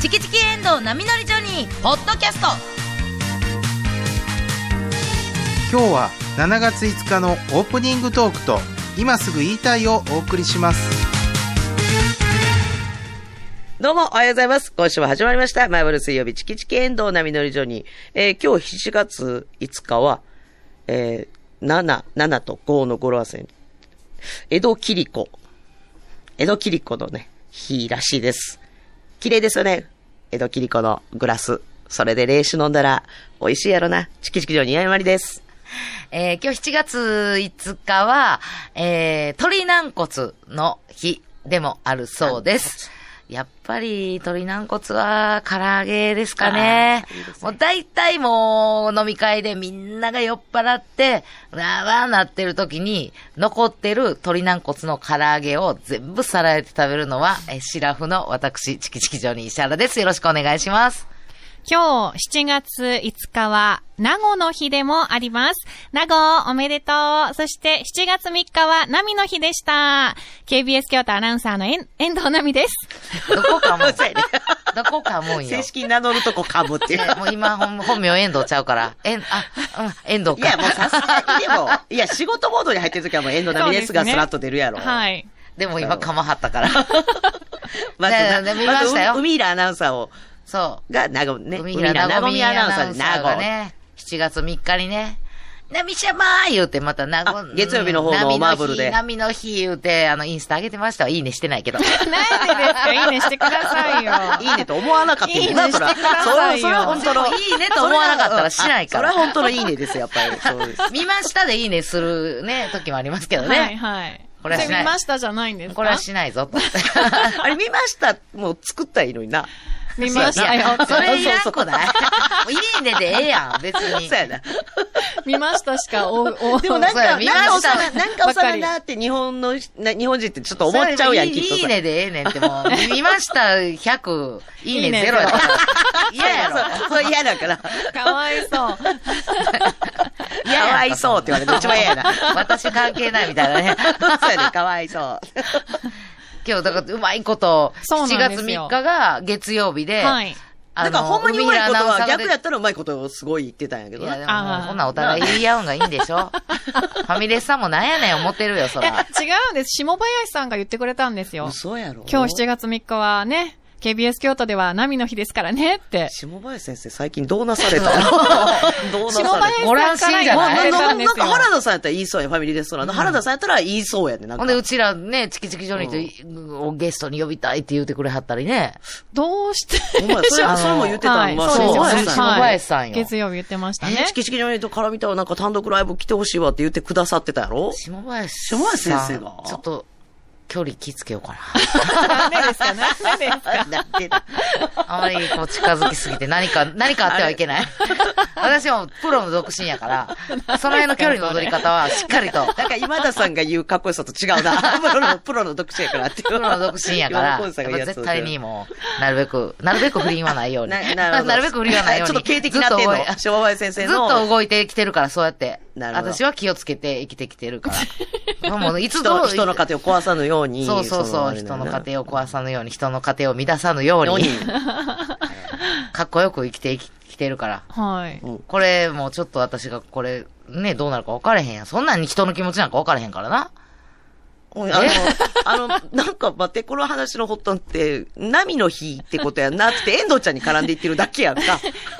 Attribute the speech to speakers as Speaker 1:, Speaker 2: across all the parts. Speaker 1: チキチキエンドウ波乗りジョニー」ポッドキャスト
Speaker 2: 今日は7月5日のオープニングトークと今すぐ言いたいをお送りします
Speaker 3: どうも、おはようございます。今週も始まりました。マイブル水曜日、チキチキエンドウ波乗りジョニー。えー今日7月5日は、えー、7、7と5の語呂合わせに。江戸切子。江戸切子のね、日らしいです。綺麗ですよね。江戸切子のグラス。それで冷酒飲んだら、美味しいやろな。チキチキジョニー、やまりです。
Speaker 1: えー今日7月5日は、えー、鳥軟骨の日でもあるそうです。やっぱり、鳥軟骨は唐揚げですかね
Speaker 3: あ。ーいいですね、
Speaker 1: もう大体もう飲み会でみんなが酔っ払って、わーわーなってる時に、残ってる鳥軟骨の唐揚げを全部さらえて食べるのは、えーシラフの私、チキチキジョニー石原です。よろしくお願いします。
Speaker 4: 今日7月5日は、名護の日でもあります。名護おめでとう。そして7月3日は、ナミの日でした。KBS 京都アナウンサーのえん遠藤ナミです。
Speaker 1: どこかもう
Speaker 3: そうやね
Speaker 1: どこかもうよ。
Speaker 3: 正式に名乗るとこかぶっていう。
Speaker 1: ね もう今本、本名遠藤ちゃうから。えん、あ、うん、遠藤
Speaker 3: い
Speaker 1: か。
Speaker 3: や、もうさすがにでも、いや、仕事モードに入ってる時はもう遠藤波ですが、
Speaker 4: そうですね
Speaker 3: スラッと出るやろ。
Speaker 4: はい。
Speaker 1: でも今、かまはったから。
Speaker 3: まずな、
Speaker 1: ねね見ましたよ
Speaker 3: ず海海平アナウンサーを、
Speaker 1: そ
Speaker 3: が、なご、
Speaker 1: う。
Speaker 3: ね、
Speaker 1: 海平なごみアナウンサー
Speaker 3: で名
Speaker 1: が
Speaker 3: 護
Speaker 1: ね、7月3日にね、なみしゃまー言うて、またなご、
Speaker 3: あ月曜日の方の
Speaker 1: 波日
Speaker 3: マーブルで
Speaker 1: 波の日言うて、あの、インスタ上げてましたわ。いいねしてない けど。
Speaker 4: なんでですかいいねしてくださいよ。
Speaker 3: いいねと思わなかったんだ
Speaker 4: いいねして
Speaker 3: そ
Speaker 4: く
Speaker 3: れは
Speaker 4: ださいよ
Speaker 3: それは、それは本当の。
Speaker 1: いいねと思わなかったらしないから
Speaker 3: あそれは本当のいいねです、やっぱり。そう です。
Speaker 1: 見ましたでいいねするね、時もありますけどね。
Speaker 4: はいはい。
Speaker 1: これはしない
Speaker 4: 見ましたじゃないんですか
Speaker 1: これはしない ぞと。
Speaker 3: あれ見ましたもう作ったらいいのにな。
Speaker 4: 見ましたよ。
Speaker 1: それいらん
Speaker 3: そうそう
Speaker 1: こない。もういいねでええやん、別
Speaker 3: そう
Speaker 1: に。
Speaker 3: やな。
Speaker 4: 見ましたしか、お、お、
Speaker 3: でもなん
Speaker 1: そうや
Speaker 3: か、
Speaker 1: 見
Speaker 3: なん
Speaker 1: ま
Speaker 3: か
Speaker 1: し
Speaker 3: お
Speaker 1: た
Speaker 3: さら、なんかおさらなって日本の、な日本人ってちょっと思っちゃうやん、きっと
Speaker 1: いい
Speaker 3: さ。
Speaker 1: ねでええねんってもう、見ました100、いいね0やったら。嫌やろ。
Speaker 3: そうそう嫌だから。
Speaker 4: かわいそう。
Speaker 3: かわいそうって言われて一番嫌やな。
Speaker 1: 私関係ないみたいなね。
Speaker 3: そうやね、かわい そう。
Speaker 1: 今日、だからうまいこと、
Speaker 4: そう
Speaker 1: 7
Speaker 4: なん
Speaker 1: 月
Speaker 4: です
Speaker 1: 3
Speaker 4: よ
Speaker 1: 日が月曜日で、
Speaker 4: はい。
Speaker 3: なんかほんまにうまいことは、逆やっ
Speaker 1: っ
Speaker 3: たらうまいことをすごい言ってたんやけ
Speaker 1: い
Speaker 3: ど
Speaker 1: や、で
Speaker 3: な。
Speaker 4: あ
Speaker 1: も、
Speaker 4: ー
Speaker 1: こんなんお互い言い合うんがいいんでしょファミレスさんもなんやねん思ってるよ、そ
Speaker 4: いや、
Speaker 1: ら。
Speaker 4: 違うんです。下林さんが言ってくれたんですよ。
Speaker 3: 嘘やろ
Speaker 4: 今日7月3日はね、KBS 京都では波の日ですからねって。
Speaker 3: 下林先生最近どうなされたの どうなされ
Speaker 4: 下
Speaker 3: た
Speaker 4: 林
Speaker 3: の
Speaker 4: さんから言わ
Speaker 1: 林
Speaker 4: れ
Speaker 3: なん
Speaker 4: たん
Speaker 3: か
Speaker 4: ですよ。
Speaker 3: 原田さんやったら言いそうや、ファミリーレストランの。原田さんやったら言いそうやね、なんか
Speaker 1: ほんで、。うちらね、チキチキジョニーとをゲストに呼びたいって言うてくれはったりね。
Speaker 4: どうして
Speaker 3: お前、それ、それも言ってた
Speaker 4: は
Speaker 3: の、
Speaker 4: い
Speaker 3: まあ、
Speaker 1: そ
Speaker 3: 下
Speaker 1: うですよ
Speaker 3: 林
Speaker 1: ね
Speaker 3: さん。
Speaker 1: 下林さんよ
Speaker 4: 月曜日言ってました
Speaker 3: え
Speaker 4: ね
Speaker 3: ー、。チキチキジョニーと絡みたらなんか単独ライブ来てほしいわって言ってくださってたやろ
Speaker 1: 下林
Speaker 3: 下
Speaker 1: さん。
Speaker 3: 林先生が
Speaker 1: ちょっと、距離気つけようかな。
Speaker 4: なんでですかなんでですか
Speaker 3: なんてな
Speaker 1: あまりこう近づきすぎて何か、何かあってはいけ ない。私はもうプロの独身やから、その辺の距離の取り方はしっかりと、
Speaker 3: なんか今田さんが言うかっこよさと違うな。プロの、 プロの読者やからっていう。プ
Speaker 1: プロの独身やから、やっ
Speaker 3: さんが言
Speaker 1: ぱ
Speaker 3: うやつ
Speaker 1: 絶対にもう、なるべく、なるべく不倫はないように。
Speaker 3: な
Speaker 1: なるべく不倫はないように。
Speaker 3: ちょっと警的になってんの
Speaker 1: ずっと動い
Speaker 3: 昭和林先生
Speaker 1: ずっ
Speaker 3: の。
Speaker 1: と動いてきてるから、そうやって。
Speaker 3: なるほど
Speaker 1: 私は気をつけて生きてきてる から。もういつ
Speaker 3: 人
Speaker 1: ど
Speaker 3: の
Speaker 1: う
Speaker 3: 人の家庭を壊さぬように。
Speaker 1: そうそうそう、人の家庭を壊さぬように、人の家庭を乱さぬよう
Speaker 3: ように
Speaker 1: に、。かっこよく生きてききてるから。
Speaker 4: はい。
Speaker 1: これ、もうちょっと私がこれ、ね、どうなるか分からへんやん。そんなんに人の気持ちなんか分からへんからな。
Speaker 3: うんあの、あの、なんか待って、この話の発端って、波の日ってことやなって、遠藤ちゃんに絡んでいってるだけ やんか。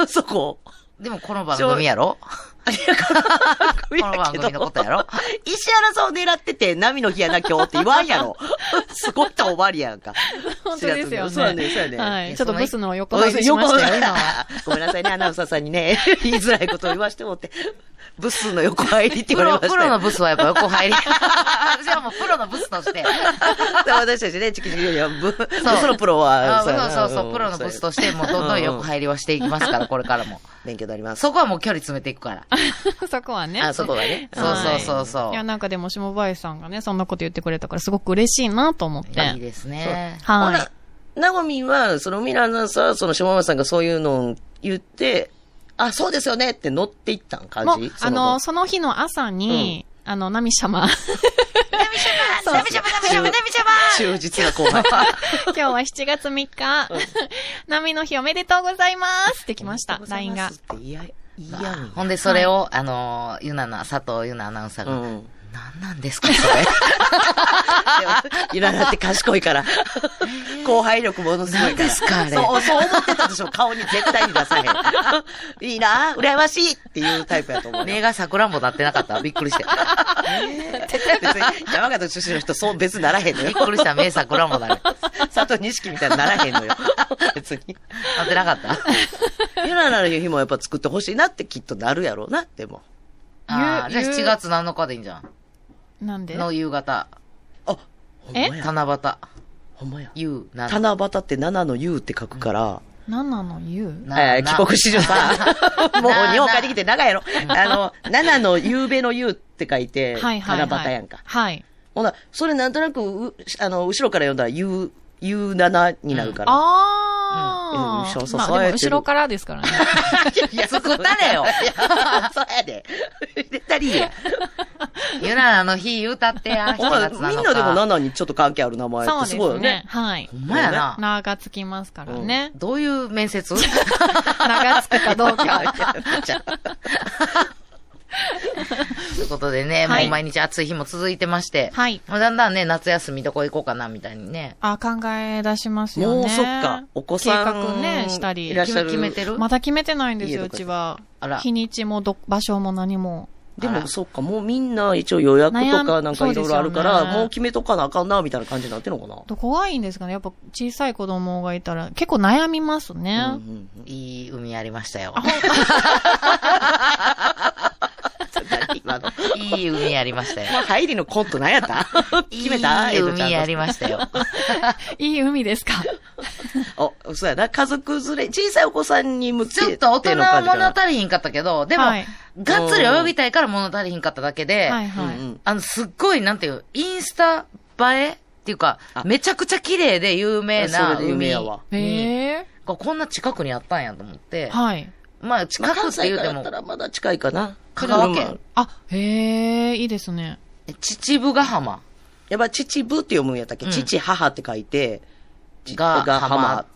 Speaker 3: そこ。
Speaker 1: でもこの番組やろ
Speaker 3: こ
Speaker 1: この番組のことやろ
Speaker 3: 石原さんを狙ってて、波の日やな今日って言わんや ろ。すごい遠回りやんか。
Speaker 4: 本当ですよね。
Speaker 3: そうやね、そうやね。
Speaker 4: はいい。ちょっとブスの横外しましたよ、今は。
Speaker 3: ごめんなさいね、アナウンサーさんにね、言いづらいことを言わしてもって、ブスの横入りって言
Speaker 1: プ
Speaker 3: われ
Speaker 1: ロ、
Speaker 3: ましたよ。
Speaker 1: プロのブスはやっぱ横入り。 私はもうプロのブスとして。
Speaker 3: だから私たちね、チキチキよりはブ、ブスのプロは、
Speaker 1: あそうそうそう、プロのブスとして、もうどんどん横
Speaker 3: り。
Speaker 1: 入りはしていきます から、これからも。
Speaker 3: 勉強になります。
Speaker 1: そこはもう距離詰めていくから。
Speaker 4: そこはね。
Speaker 3: あ、そこがね。
Speaker 1: そうそうそうそ。
Speaker 4: いうや、なんかでも下林さんがね、そんなこと言ってくれたから、すごく嬉しいなと思って。
Speaker 1: いいですね。
Speaker 3: ほ
Speaker 4: はい
Speaker 3: ら。、なごみんは、そのミラーアナウンサー、その島村さんがそういうのを言って、あ、そうですよねって乗っていったん感
Speaker 4: もう
Speaker 3: じ、
Speaker 4: あの、、その日の朝に、あの、ナミシャマ、
Speaker 1: ナミちゃま、ナミちゃま、ナミちゃま、ナミちゃま
Speaker 3: 忠実な後輩。
Speaker 4: 今日は7月3日、波の日おめでとうございますってきま した、LINE が。
Speaker 3: って嫌や、嫌
Speaker 1: わ
Speaker 3: や
Speaker 1: あほんで、それを、あのー、ゆなな、佐藤ゆなアナウンサー
Speaker 3: う
Speaker 1: が、
Speaker 3: ん。
Speaker 1: 何なんですか、それ。
Speaker 3: ゆららって賢い から。後輩力ものすごいから。
Speaker 1: 何ですかあれ
Speaker 3: そう、そう思ってたでしょ。 顔に絶対に出さへん。いいな、羨ましいっていうタイプやと思うよ。
Speaker 1: 目が桜もなってなかった。びっくり して。
Speaker 3: 別に山形出身の人、そう別にならへんの
Speaker 1: び
Speaker 3: よ
Speaker 1: っ。くりした、目桜もなる。
Speaker 3: 佐藤錦みたいにならへんのよ。別に。
Speaker 1: なってなか った。
Speaker 3: ゆららの日もやっぱ作ってほしいなってきっとなるやろうな、でも。
Speaker 1: ああ、じゃあ
Speaker 4: ゆ
Speaker 1: 7月7日でいいんじゃん。
Speaker 4: なんで
Speaker 1: の夕方。
Speaker 3: あ、ほんまや。
Speaker 1: 七夕。
Speaker 3: ほんまや。
Speaker 1: 夕な
Speaker 3: 七夕って七の U って書くから、
Speaker 4: 何なの言う
Speaker 1: な
Speaker 3: えー
Speaker 1: な
Speaker 3: 帰国子女さん、 もう
Speaker 1: な
Speaker 3: 日本帰ってきて長いやろ。あの、七の夕べの U って書いて、
Speaker 4: はいはい、はい。
Speaker 3: 七夕やんか。
Speaker 4: はい。
Speaker 3: ほな、それなんとなく、うあの、後ろから読んだら U、U7 になるから。
Speaker 4: あ
Speaker 3: うん
Speaker 4: ー
Speaker 3: そうそう
Speaker 4: まあ、
Speaker 3: そう
Speaker 4: で
Speaker 3: や
Speaker 4: も
Speaker 3: ってる
Speaker 4: 後ろからですからね。
Speaker 3: いや
Speaker 1: 作ったれよ
Speaker 3: いや そうやで。絶対い いや。
Speaker 1: ゆななの日歌ってや、7
Speaker 3: ほんま
Speaker 1: 月7日。
Speaker 3: みんなでも七にちょっと関係ある名前っ
Speaker 4: そう
Speaker 3: て
Speaker 4: ですす
Speaker 3: ごいよ
Speaker 4: ね。
Speaker 3: ね。
Speaker 4: はい
Speaker 1: ほ。んまやな。
Speaker 4: 名がつきますからね。
Speaker 1: どういう面接
Speaker 4: 名がつくかど うか。
Speaker 1: ということでね、
Speaker 4: はい
Speaker 1: もう毎日暑い日も続いてまして、
Speaker 4: はい
Speaker 1: もうだんだんね、夏休みどこ行こうかな、みたいにね。
Speaker 4: あ、考え出しますよね。
Speaker 3: もうそっか、お子さん。
Speaker 4: 計画ね、したり。
Speaker 3: いらっしゃる。
Speaker 1: 決めてる
Speaker 4: まだ決めてないんですよ、
Speaker 3: 家
Speaker 4: う
Speaker 3: とか
Speaker 4: ちは
Speaker 1: あら。
Speaker 4: 日にちもど、場所も何も。
Speaker 3: で
Speaker 1: あ
Speaker 3: も
Speaker 1: ら
Speaker 3: そっか、もうみんな一応予約と
Speaker 4: 悩
Speaker 3: か
Speaker 4: ん
Speaker 3: なんかいろいろあるか
Speaker 4: そう
Speaker 3: ら、
Speaker 4: ですよね
Speaker 3: もう決めとかなあかんな、みたいな感じになってんのかな。
Speaker 4: どこがいいんですかねやっぱ小さい子供がいたら、結構悩みますね。
Speaker 3: うん うんうん
Speaker 1: いい海ありまし たよ。
Speaker 3: 今の。
Speaker 1: いい海ありましたよ。
Speaker 3: 入りのコント何やった 決めた
Speaker 1: いい
Speaker 3: 江戸ちゃん
Speaker 1: 海
Speaker 3: と
Speaker 1: ありましたよ。
Speaker 4: いい海ですか
Speaker 3: お、そうやな。家族連れ、小さいお子さんに向けて。
Speaker 1: ちょっと大人は物足りひんかったけど、でも、
Speaker 4: はい
Speaker 1: がっつり泳ぎたいから物足りひんかっただけで、
Speaker 4: はいはい。
Speaker 3: うんうん
Speaker 1: あの、すっごい、なんていう、インスタ映えっていうか
Speaker 3: あ、
Speaker 1: めちゃくちゃ綺麗で有名な
Speaker 3: それで有名
Speaker 1: 海
Speaker 3: やわ
Speaker 1: に、
Speaker 4: へえ。
Speaker 1: ここんな近くにあったんやと思って、
Speaker 4: はい。
Speaker 1: まあ、近
Speaker 3: まあ
Speaker 1: く
Speaker 3: 関
Speaker 1: って言
Speaker 3: 西
Speaker 1: う
Speaker 3: か
Speaker 1: て
Speaker 3: らだっ
Speaker 1: も
Speaker 3: た、らまだ近いかな。
Speaker 1: 香川県
Speaker 3: 車
Speaker 4: あ、へえ、いいですね。
Speaker 1: 秩父ヶ浜
Speaker 3: やっぱ秩父って読むんやったっけ、
Speaker 1: うん
Speaker 3: 父、母って書いて、
Speaker 1: が
Speaker 3: が
Speaker 1: 浜。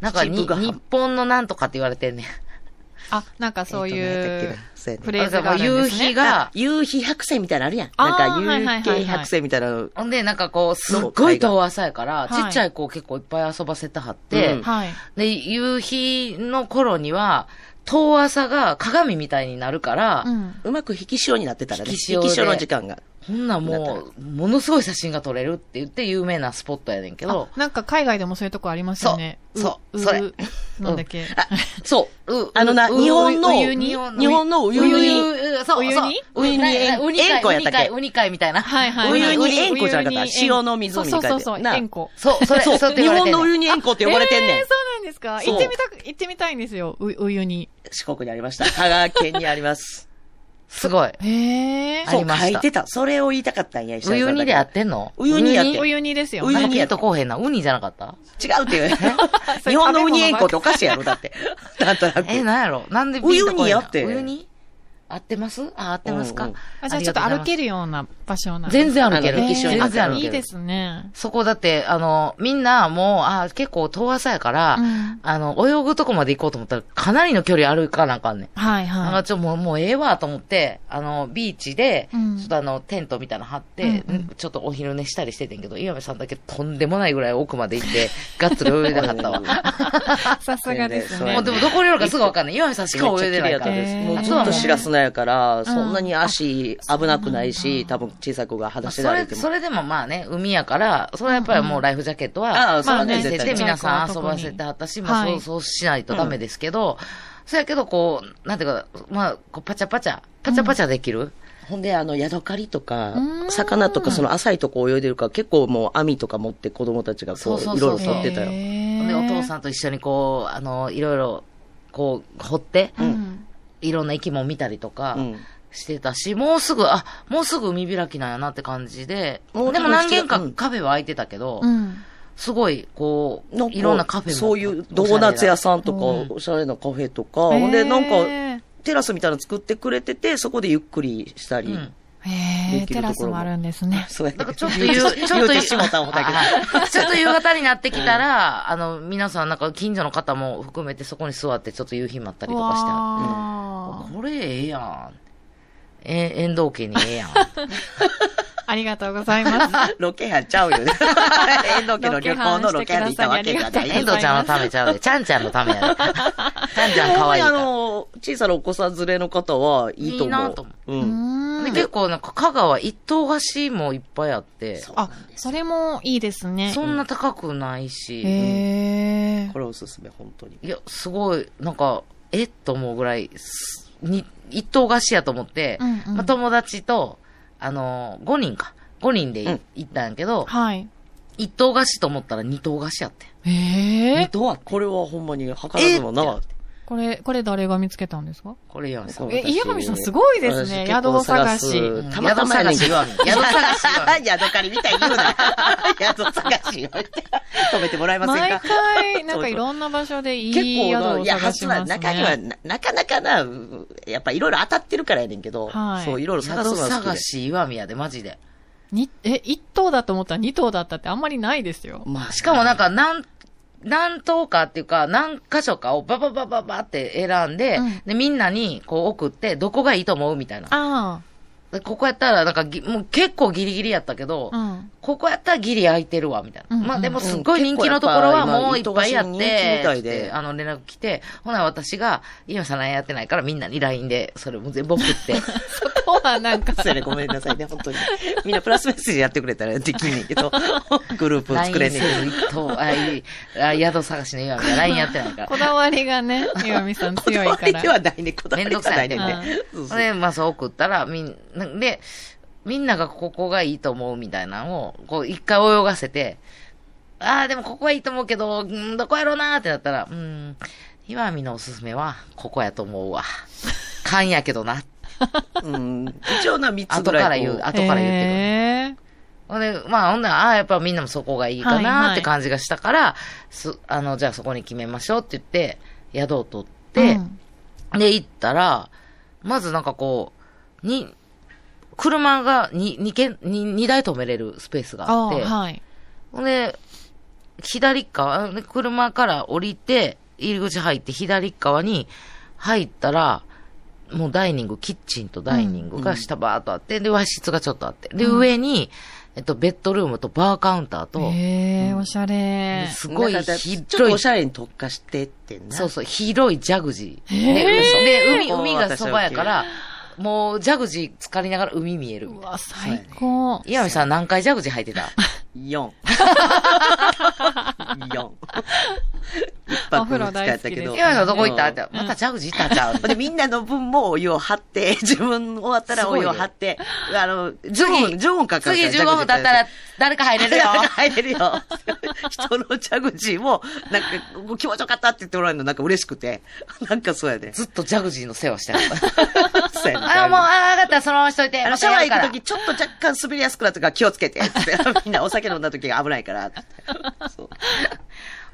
Speaker 1: なんかに、
Speaker 3: 秩父ヶ浜
Speaker 1: 日本のなんとかって言われてんねん。
Speaker 4: あ、なんかそうい
Speaker 3: えっと
Speaker 4: う
Speaker 3: ねそうやね
Speaker 4: フレーズがあるんです
Speaker 1: 夕日
Speaker 4: ね。
Speaker 1: が、
Speaker 3: 夕日百選みたいなのあるやん。
Speaker 4: あー
Speaker 3: なんか
Speaker 4: はいはいは
Speaker 3: 夕
Speaker 4: い
Speaker 3: 日
Speaker 4: はい
Speaker 3: 百選みたいなの。
Speaker 1: ほんで、なんかこう、すっごい遠浅やから、
Speaker 4: はい
Speaker 1: ちっちゃい子を結構いっぱい遊ばせてはって、
Speaker 3: うん
Speaker 4: はい。
Speaker 1: で、夕日の頃には、遠浅が鏡みたいになるから、
Speaker 4: うん。
Speaker 3: うまく引き潮になってたらね。
Speaker 1: 引
Speaker 3: 引
Speaker 1: き
Speaker 3: き潮
Speaker 1: 潮で
Speaker 3: の時間が。
Speaker 1: ほんなんもう、ものすごい写真が撮れるって言って有名なスポットやねんけど
Speaker 4: あ、なんか海外でもそういうとこありますよね。
Speaker 1: そううそうそれ
Speaker 4: うなんだっけ。
Speaker 1: そう、う
Speaker 3: あのな、
Speaker 1: う
Speaker 3: 日本の、
Speaker 4: う
Speaker 3: 日
Speaker 4: ゆに
Speaker 3: 本のウユニ。
Speaker 1: に、そう、
Speaker 4: ウユニ
Speaker 1: そうウユニ
Speaker 3: ウユニ
Speaker 1: ななウニ
Speaker 3: 塩湖
Speaker 1: 会、
Speaker 3: やっ
Speaker 1: ウニ
Speaker 3: たっ
Speaker 1: 会、
Speaker 3: け
Speaker 1: ウニ会みたいな。
Speaker 4: はいはい。
Speaker 3: お湯に
Speaker 4: はい
Speaker 3: 塩湖じゃなかった
Speaker 4: お湯に
Speaker 3: 塩の湖みたいで
Speaker 4: そうそうそう、
Speaker 3: な
Speaker 4: 塩湖。
Speaker 1: そう、それ、
Speaker 3: そう、
Speaker 1: そうって
Speaker 3: 日
Speaker 1: 言われ
Speaker 3: 本
Speaker 1: てん
Speaker 3: のウ
Speaker 1: ねん
Speaker 3: ユニ塩湖って呼ばれてんねん。
Speaker 4: えーそうなんですか。
Speaker 3: そう
Speaker 4: 行ってみたく、行ってみたいんですよ。う、うゆに。
Speaker 3: 四国にありました。香川県にあります。
Speaker 1: すごい。
Speaker 4: へえ。
Speaker 1: あ
Speaker 3: そ
Speaker 1: り
Speaker 3: う、
Speaker 1: まし
Speaker 3: 書
Speaker 1: た
Speaker 3: いてた。それを言いたかったんや、久
Speaker 1: ウ
Speaker 3: 々
Speaker 1: ユ
Speaker 3: だけど
Speaker 1: ニであってんの
Speaker 3: ウユニやって
Speaker 4: お湯にですよ
Speaker 3: ウユ
Speaker 4: ね。
Speaker 1: なんか
Speaker 3: ニ
Speaker 1: ピ
Speaker 3: や
Speaker 1: ン
Speaker 3: って
Speaker 1: とこうへんな。ウニじゃなかった
Speaker 3: 違うっていうね
Speaker 4: それ
Speaker 3: 日本のウニ塩湖っておかしいやろ、だって。なんとなく。
Speaker 1: え、なんやろなんでピンとこう
Speaker 3: ウ
Speaker 1: へん
Speaker 3: ユニや
Speaker 1: な
Speaker 3: って
Speaker 1: ウユニ合ってますあ、合ってます
Speaker 3: うん
Speaker 1: か
Speaker 3: うん
Speaker 4: あ、じゃあちょっと歩け
Speaker 1: る。
Speaker 4: るような場所なん
Speaker 1: 全然歩ける。
Speaker 3: あの
Speaker 1: 全
Speaker 3: 歴史を
Speaker 1: 然
Speaker 3: ね
Speaker 1: 歩ける。
Speaker 3: 歩
Speaker 4: いいですね。
Speaker 1: そこだって、あの、みんなもう、あ結構遠浅やから、
Speaker 4: うん
Speaker 1: あの、泳ぐとこまで行こうと思ったら、かなりの距離歩かなあかんねん。
Speaker 4: はい
Speaker 1: なんか
Speaker 4: は
Speaker 1: ちょ、もう、もうええわと思って、あの、ビーチで、
Speaker 4: うん
Speaker 1: ちょっとあの、テントみたいなの張って、
Speaker 4: うんうん
Speaker 1: んちょっとお昼寝したりしててんけど、岩部さんだけとんでもないぐらい奥まで行って、 がっつり泳いでなかったわ。
Speaker 4: い。さすがです
Speaker 3: 全然
Speaker 4: ね。
Speaker 1: もうでもどこにおるかすぐわかんない。岩部さんしか泳いでないから。
Speaker 4: めっちゃ綺麗やったです
Speaker 3: もうずっ
Speaker 1: あそ
Speaker 3: と
Speaker 1: うなの
Speaker 3: 白砂やから、そんなに足危なくないし、多分小さい子が
Speaker 1: まあ
Speaker 3: 裸足で
Speaker 1: そ
Speaker 3: 歩
Speaker 1: れ、
Speaker 3: いて
Speaker 1: そ
Speaker 3: も。
Speaker 1: れでもまあね、海やから、それはやっぱりもうライフジャケットは、
Speaker 3: ああ、そう
Speaker 4: ま
Speaker 3: ね、
Speaker 4: あね
Speaker 1: で
Speaker 3: 絶対に。
Speaker 1: 皆さん遊ばせてはったし、まあ、
Speaker 4: はい
Speaker 1: そう、そうしないとダメですけど、そうやけど、こう、なんていうか、まあ、こうパチャパチャ、パチャパチャできる、
Speaker 3: ほんで、あの、ヤドカリとか
Speaker 4: う、ん
Speaker 3: 魚とか、その浅いとこ泳いでるから、結構もう網とか持って子供たちが
Speaker 1: そ
Speaker 3: こ
Speaker 1: う
Speaker 3: う、い
Speaker 1: そ
Speaker 3: ろ
Speaker 1: う
Speaker 3: い
Speaker 1: そう
Speaker 3: ろ取ってたよ。
Speaker 1: で、お父
Speaker 4: ん。
Speaker 1: さんと一緒にこう、あの、いろいろ、こう、掘って、
Speaker 4: うん。
Speaker 1: いろんな生き物見たりとか
Speaker 3: うん
Speaker 1: してたし、もうすぐ、あ、もうすぐ海開きなんやなって感じで、
Speaker 3: もう
Speaker 1: でも何軒か
Speaker 3: うん
Speaker 1: カフェは開いてたけど、
Speaker 4: うん。
Speaker 1: すごい、こう
Speaker 3: なん、か
Speaker 1: いろんなカフェも。
Speaker 3: そういうドーナツ屋
Speaker 1: さ
Speaker 3: さんとか、
Speaker 4: う
Speaker 3: おしゃれなカフェとか、ほんで、なんか、
Speaker 4: へ
Speaker 3: テラスみたいなの作ってくれてて、そこでゆっくりしたり。
Speaker 1: うん
Speaker 4: ーへえ、
Speaker 3: でき
Speaker 4: テ
Speaker 3: るところも
Speaker 4: ラスもあるんですね。
Speaker 3: そうや
Speaker 1: なんかちょっと言う、ちょっと
Speaker 3: 言
Speaker 1: 言
Speaker 3: う
Speaker 1: う、
Speaker 3: てしもた思ったけど。
Speaker 1: はいちょっと夕方になってきたら、あの、皆さんなんか近所の方も含めてそこに座ってちょっと夕日待ったりとかしてはって
Speaker 4: わー
Speaker 1: これええやん。え、遠藤家にええやん。
Speaker 4: ありがとうございます。
Speaker 3: ロケハンちゃうよね。遠藤家の旅行のロケハンに行ったわけがない。
Speaker 1: 遠藤ちゃんのためちゃうで。ちゃんちゃんのためやで。ちゃんちゃ
Speaker 3: ほ
Speaker 1: ん可愛い
Speaker 3: ん
Speaker 1: か
Speaker 3: まにあ
Speaker 1: ら。
Speaker 3: の、小さなお子さん連れの方はいいと思う。
Speaker 1: いいなと思
Speaker 3: う。
Speaker 4: うんーん
Speaker 1: で結構なんか香川一棟貸しもいっぱいあって、
Speaker 4: あ、それもいいですね。
Speaker 1: そんな高くないし、
Speaker 4: へえ
Speaker 3: こ。れおすすめ、本当に。
Speaker 1: いや、すごい、なんか、えっと思うぐらい、すに一棟貸しやと思って、
Speaker 4: うんうん
Speaker 1: まあ、友達と、あのー、5人か。5人でい
Speaker 3: うん
Speaker 1: 行ったんやけど、
Speaker 4: はい。
Speaker 1: 一棟貸しと思ったら二棟貸しやってん。
Speaker 4: ええ。
Speaker 3: どうはこれはほんまに計らずもな。
Speaker 4: これ、これ誰が見つけたんですか
Speaker 1: これ岩見さん。
Speaker 4: え岩見さんすごいですね
Speaker 3: 私結構
Speaker 4: 宿探
Speaker 1: し
Speaker 3: たまたまやねんけど。
Speaker 1: 宿探し岩見
Speaker 3: 宿狩りみたいに言うな。宿探しよ。止めてもらえません
Speaker 4: 毎
Speaker 3: か
Speaker 4: 回、なんかいろんな場所でいい宿を
Speaker 3: いや、
Speaker 4: 探
Speaker 3: 初
Speaker 4: しま
Speaker 3: は、
Speaker 4: すね。
Speaker 3: 中にはな、なかなかな、うやっぱいろいろ当たってるからやねんけど、
Speaker 4: はい
Speaker 3: そう、いろいろ探すの
Speaker 1: 宿
Speaker 3: が好き
Speaker 1: 探
Speaker 3: で。
Speaker 1: し岩見やで、マジで。
Speaker 4: に、え、一頭だと思ったら二頭だったってあんまりないですよ。
Speaker 3: まあ、
Speaker 1: しかもなんか、何、何棟かっていうか、何箇所かをバババババって選んで、
Speaker 4: うん
Speaker 1: で、みんなにこう送って、どこがいいと思うみたいな。
Speaker 4: あ
Speaker 1: でここやったら、なんかぎ、もう結構ギリギリやったけど、
Speaker 4: あ、うん。
Speaker 1: ここやったらギリ空いてるわ、みたいな。
Speaker 4: うんうん
Speaker 1: まあでもすっごい人気のところはもういっぱいや
Speaker 3: 結構やっ
Speaker 1: って、
Speaker 3: ぱ今人気みたいで
Speaker 1: つってあの連絡来て、ほな私が、今さん何やってないからみんなに LINE で、それも全部送って。
Speaker 4: そこはなん か、
Speaker 3: それごめんなさいね、本当に。みんなプラスメッセージやってくれたらできんねんけ ど、グループ作れんねんけど。
Speaker 1: LINE せず一等あいいあ宿探しの岩見は LINE やってないから
Speaker 4: こ。だわりがね、岩見さん強いか
Speaker 3: こだわりで
Speaker 4: ら。
Speaker 3: はないね、こだわ
Speaker 1: めん
Speaker 3: りで
Speaker 1: ど
Speaker 3: は
Speaker 1: くさ
Speaker 3: ないいね
Speaker 1: ね
Speaker 3: ん
Speaker 4: ん
Speaker 3: ね
Speaker 4: どくさ。
Speaker 3: そうそう
Speaker 1: で、まあそう送ったら、みんな、で、みんながここがいいと思うみたいなのを、こう一回泳がせて、ああ、でもここはいいと思うけど、うんどこやろうなーってなったら、うーん、岩見のおすすめは、ここやと思うわ。勘やけどな。
Speaker 3: うん。一応な、三つぐ
Speaker 1: 後
Speaker 3: らい。
Speaker 1: から言う、後から言ってくる。
Speaker 4: へえ
Speaker 1: ほんで、まあ、ほんなら、ああ、やっぱみんなもそこがいいか
Speaker 4: はいは
Speaker 1: ないって感じがしたから、す、あの、じゃあそこに決めましょうって言って、宿を取って、
Speaker 4: うん
Speaker 1: で、行ったら、まずなんかこう、に、車がに二軒、に二台止めれるスペースが
Speaker 4: あ
Speaker 1: あ
Speaker 4: あ、
Speaker 1: って、
Speaker 4: はい。
Speaker 1: ほんで、左側、で車から降りて、入り口入って左側に入ったら、もうダイニング、キッチンとダイニングが下バーっとあって、で、和室がちょっとあって、で、
Speaker 4: うん
Speaker 1: 上に、えっと、ベッドルームとバーカウンターと、
Speaker 4: へえ、おしゃれ。
Speaker 1: すごい
Speaker 3: なんかだちょっと
Speaker 1: 広
Speaker 3: お
Speaker 1: い
Speaker 3: しゃれに特化してってんな。
Speaker 1: そうそう、広いジャグジー。
Speaker 4: へー
Speaker 1: でで、海、
Speaker 3: おー
Speaker 1: 海がそばやから、もうジャグジー浸かりながら海見えるみ
Speaker 4: う
Speaker 1: たいな。
Speaker 4: わ、最高。
Speaker 1: 岩見さん何回ジャグジー入って た
Speaker 3: 4。4。一
Speaker 4: お
Speaker 3: 泊
Speaker 4: 風
Speaker 3: 二
Speaker 4: 呂
Speaker 3: 日
Speaker 4: 大
Speaker 3: や
Speaker 4: 好
Speaker 3: った
Speaker 4: きです
Speaker 3: けど。
Speaker 1: 岩見さんどこ行った
Speaker 3: う
Speaker 1: っ
Speaker 3: ん
Speaker 1: て、またジャグジー行ったんちゃう
Speaker 3: で、みんなの分もお湯を張って、自分終わったらお湯を張って、あの、
Speaker 1: 次、
Speaker 3: 10分かかる
Speaker 1: 次
Speaker 3: から。
Speaker 1: 15分経ったら誰か入れ るよ。
Speaker 3: 入れるよ。人の蛇口も、なんか、こう気持ちよかったって言ってもらえるの、なんか嬉しくて。 なんかそうやね。
Speaker 1: ずっとジャグジーの世話してる。
Speaker 3: そうやね。
Speaker 1: あ、もう、あ、わかった、そのまましといて。
Speaker 3: あの、
Speaker 1: ま
Speaker 3: シ
Speaker 1: た
Speaker 3: ャワー
Speaker 1: やるか
Speaker 3: 行
Speaker 1: ら
Speaker 3: くとき、ちょっと若干滑りやすくなったから気をつけ て。つってみんなお酒飲んだとき危ないから。つってそう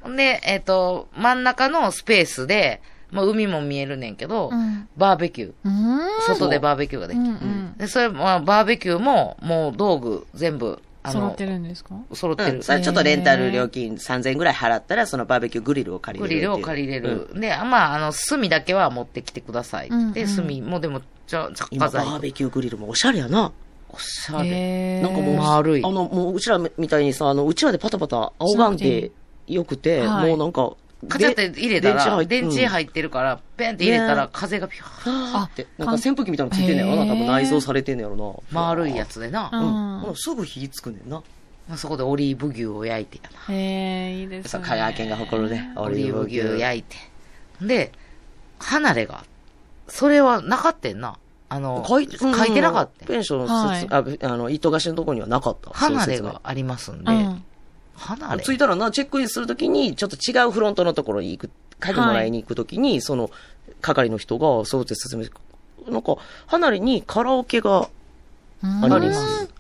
Speaker 1: ほんで、えっ、と、真ん中のスペースで、もう海も見えるねんけど、
Speaker 4: うん
Speaker 1: バーベキュー。
Speaker 4: うーん。
Speaker 1: 外でバーベキューがで
Speaker 4: う
Speaker 1: きる
Speaker 4: ん。うん。
Speaker 1: で、それ、まあ、バーベキューも、もう道具全部、あ
Speaker 4: 揃
Speaker 1: の
Speaker 4: っ、てるんですか
Speaker 1: 揃って
Speaker 3: う
Speaker 1: る。
Speaker 3: ん。それちょっとレンタル料金3000円ぐらい払ったら、そのバーベキューグリルを借り
Speaker 1: グ
Speaker 3: れるって
Speaker 1: リ
Speaker 3: いう。
Speaker 1: ルを借りれ
Speaker 3: うん
Speaker 1: る。で、あまあ、あの、炭だけは持ってきてください。
Speaker 4: うんうん
Speaker 1: で、炭もでも、じゃあ、着火
Speaker 3: 今、バ
Speaker 1: 剤
Speaker 3: ー。ベキューグリルもおしゃれやな。
Speaker 1: おしゃれ。
Speaker 4: へえ
Speaker 3: なんかもう、
Speaker 1: 丸い
Speaker 3: あの、もう、うちらみたいにさ、あの、うちらでパタパタ仰がんでよくて、
Speaker 4: はい
Speaker 3: もうなんか、
Speaker 1: カチャって入れたら、電池
Speaker 3: っ
Speaker 1: 入ってるから、ペンって入れたら、風がピュー
Speaker 4: あ
Speaker 3: て、うんなんか扇風機みたいなのついてんねやろな、
Speaker 4: へー
Speaker 3: 多分内蔵されてんねやろな。
Speaker 1: 丸いや
Speaker 3: つ。
Speaker 1: つでな。
Speaker 4: う
Speaker 1: ま
Speaker 3: うん
Speaker 4: ん。
Speaker 3: もうすぐ火つくねんな。
Speaker 1: あそこでオリーブ牛を焼いてやな。
Speaker 4: へえいいです
Speaker 3: そう、
Speaker 4: ね。
Speaker 3: 香川県が誇るね、
Speaker 1: オリーブ牛
Speaker 3: や
Speaker 1: 焼いて。で、離れが、それはなかったんな。あの、書いてなかった
Speaker 3: ペ
Speaker 1: ん。
Speaker 3: ンションの
Speaker 4: はい
Speaker 3: 説、ああの、糸菓子のとこにはなかった。
Speaker 1: 離れ
Speaker 3: そういう
Speaker 1: がありますんで
Speaker 4: う、ん。
Speaker 1: 離れ
Speaker 3: 着いたらな、チェックインするときに、ちょっと違うフロントのところに行く、鍵もらいに行くときに、その、係の人が、そうです、説明してなんか、離れにカラオケが
Speaker 4: あ
Speaker 3: あります。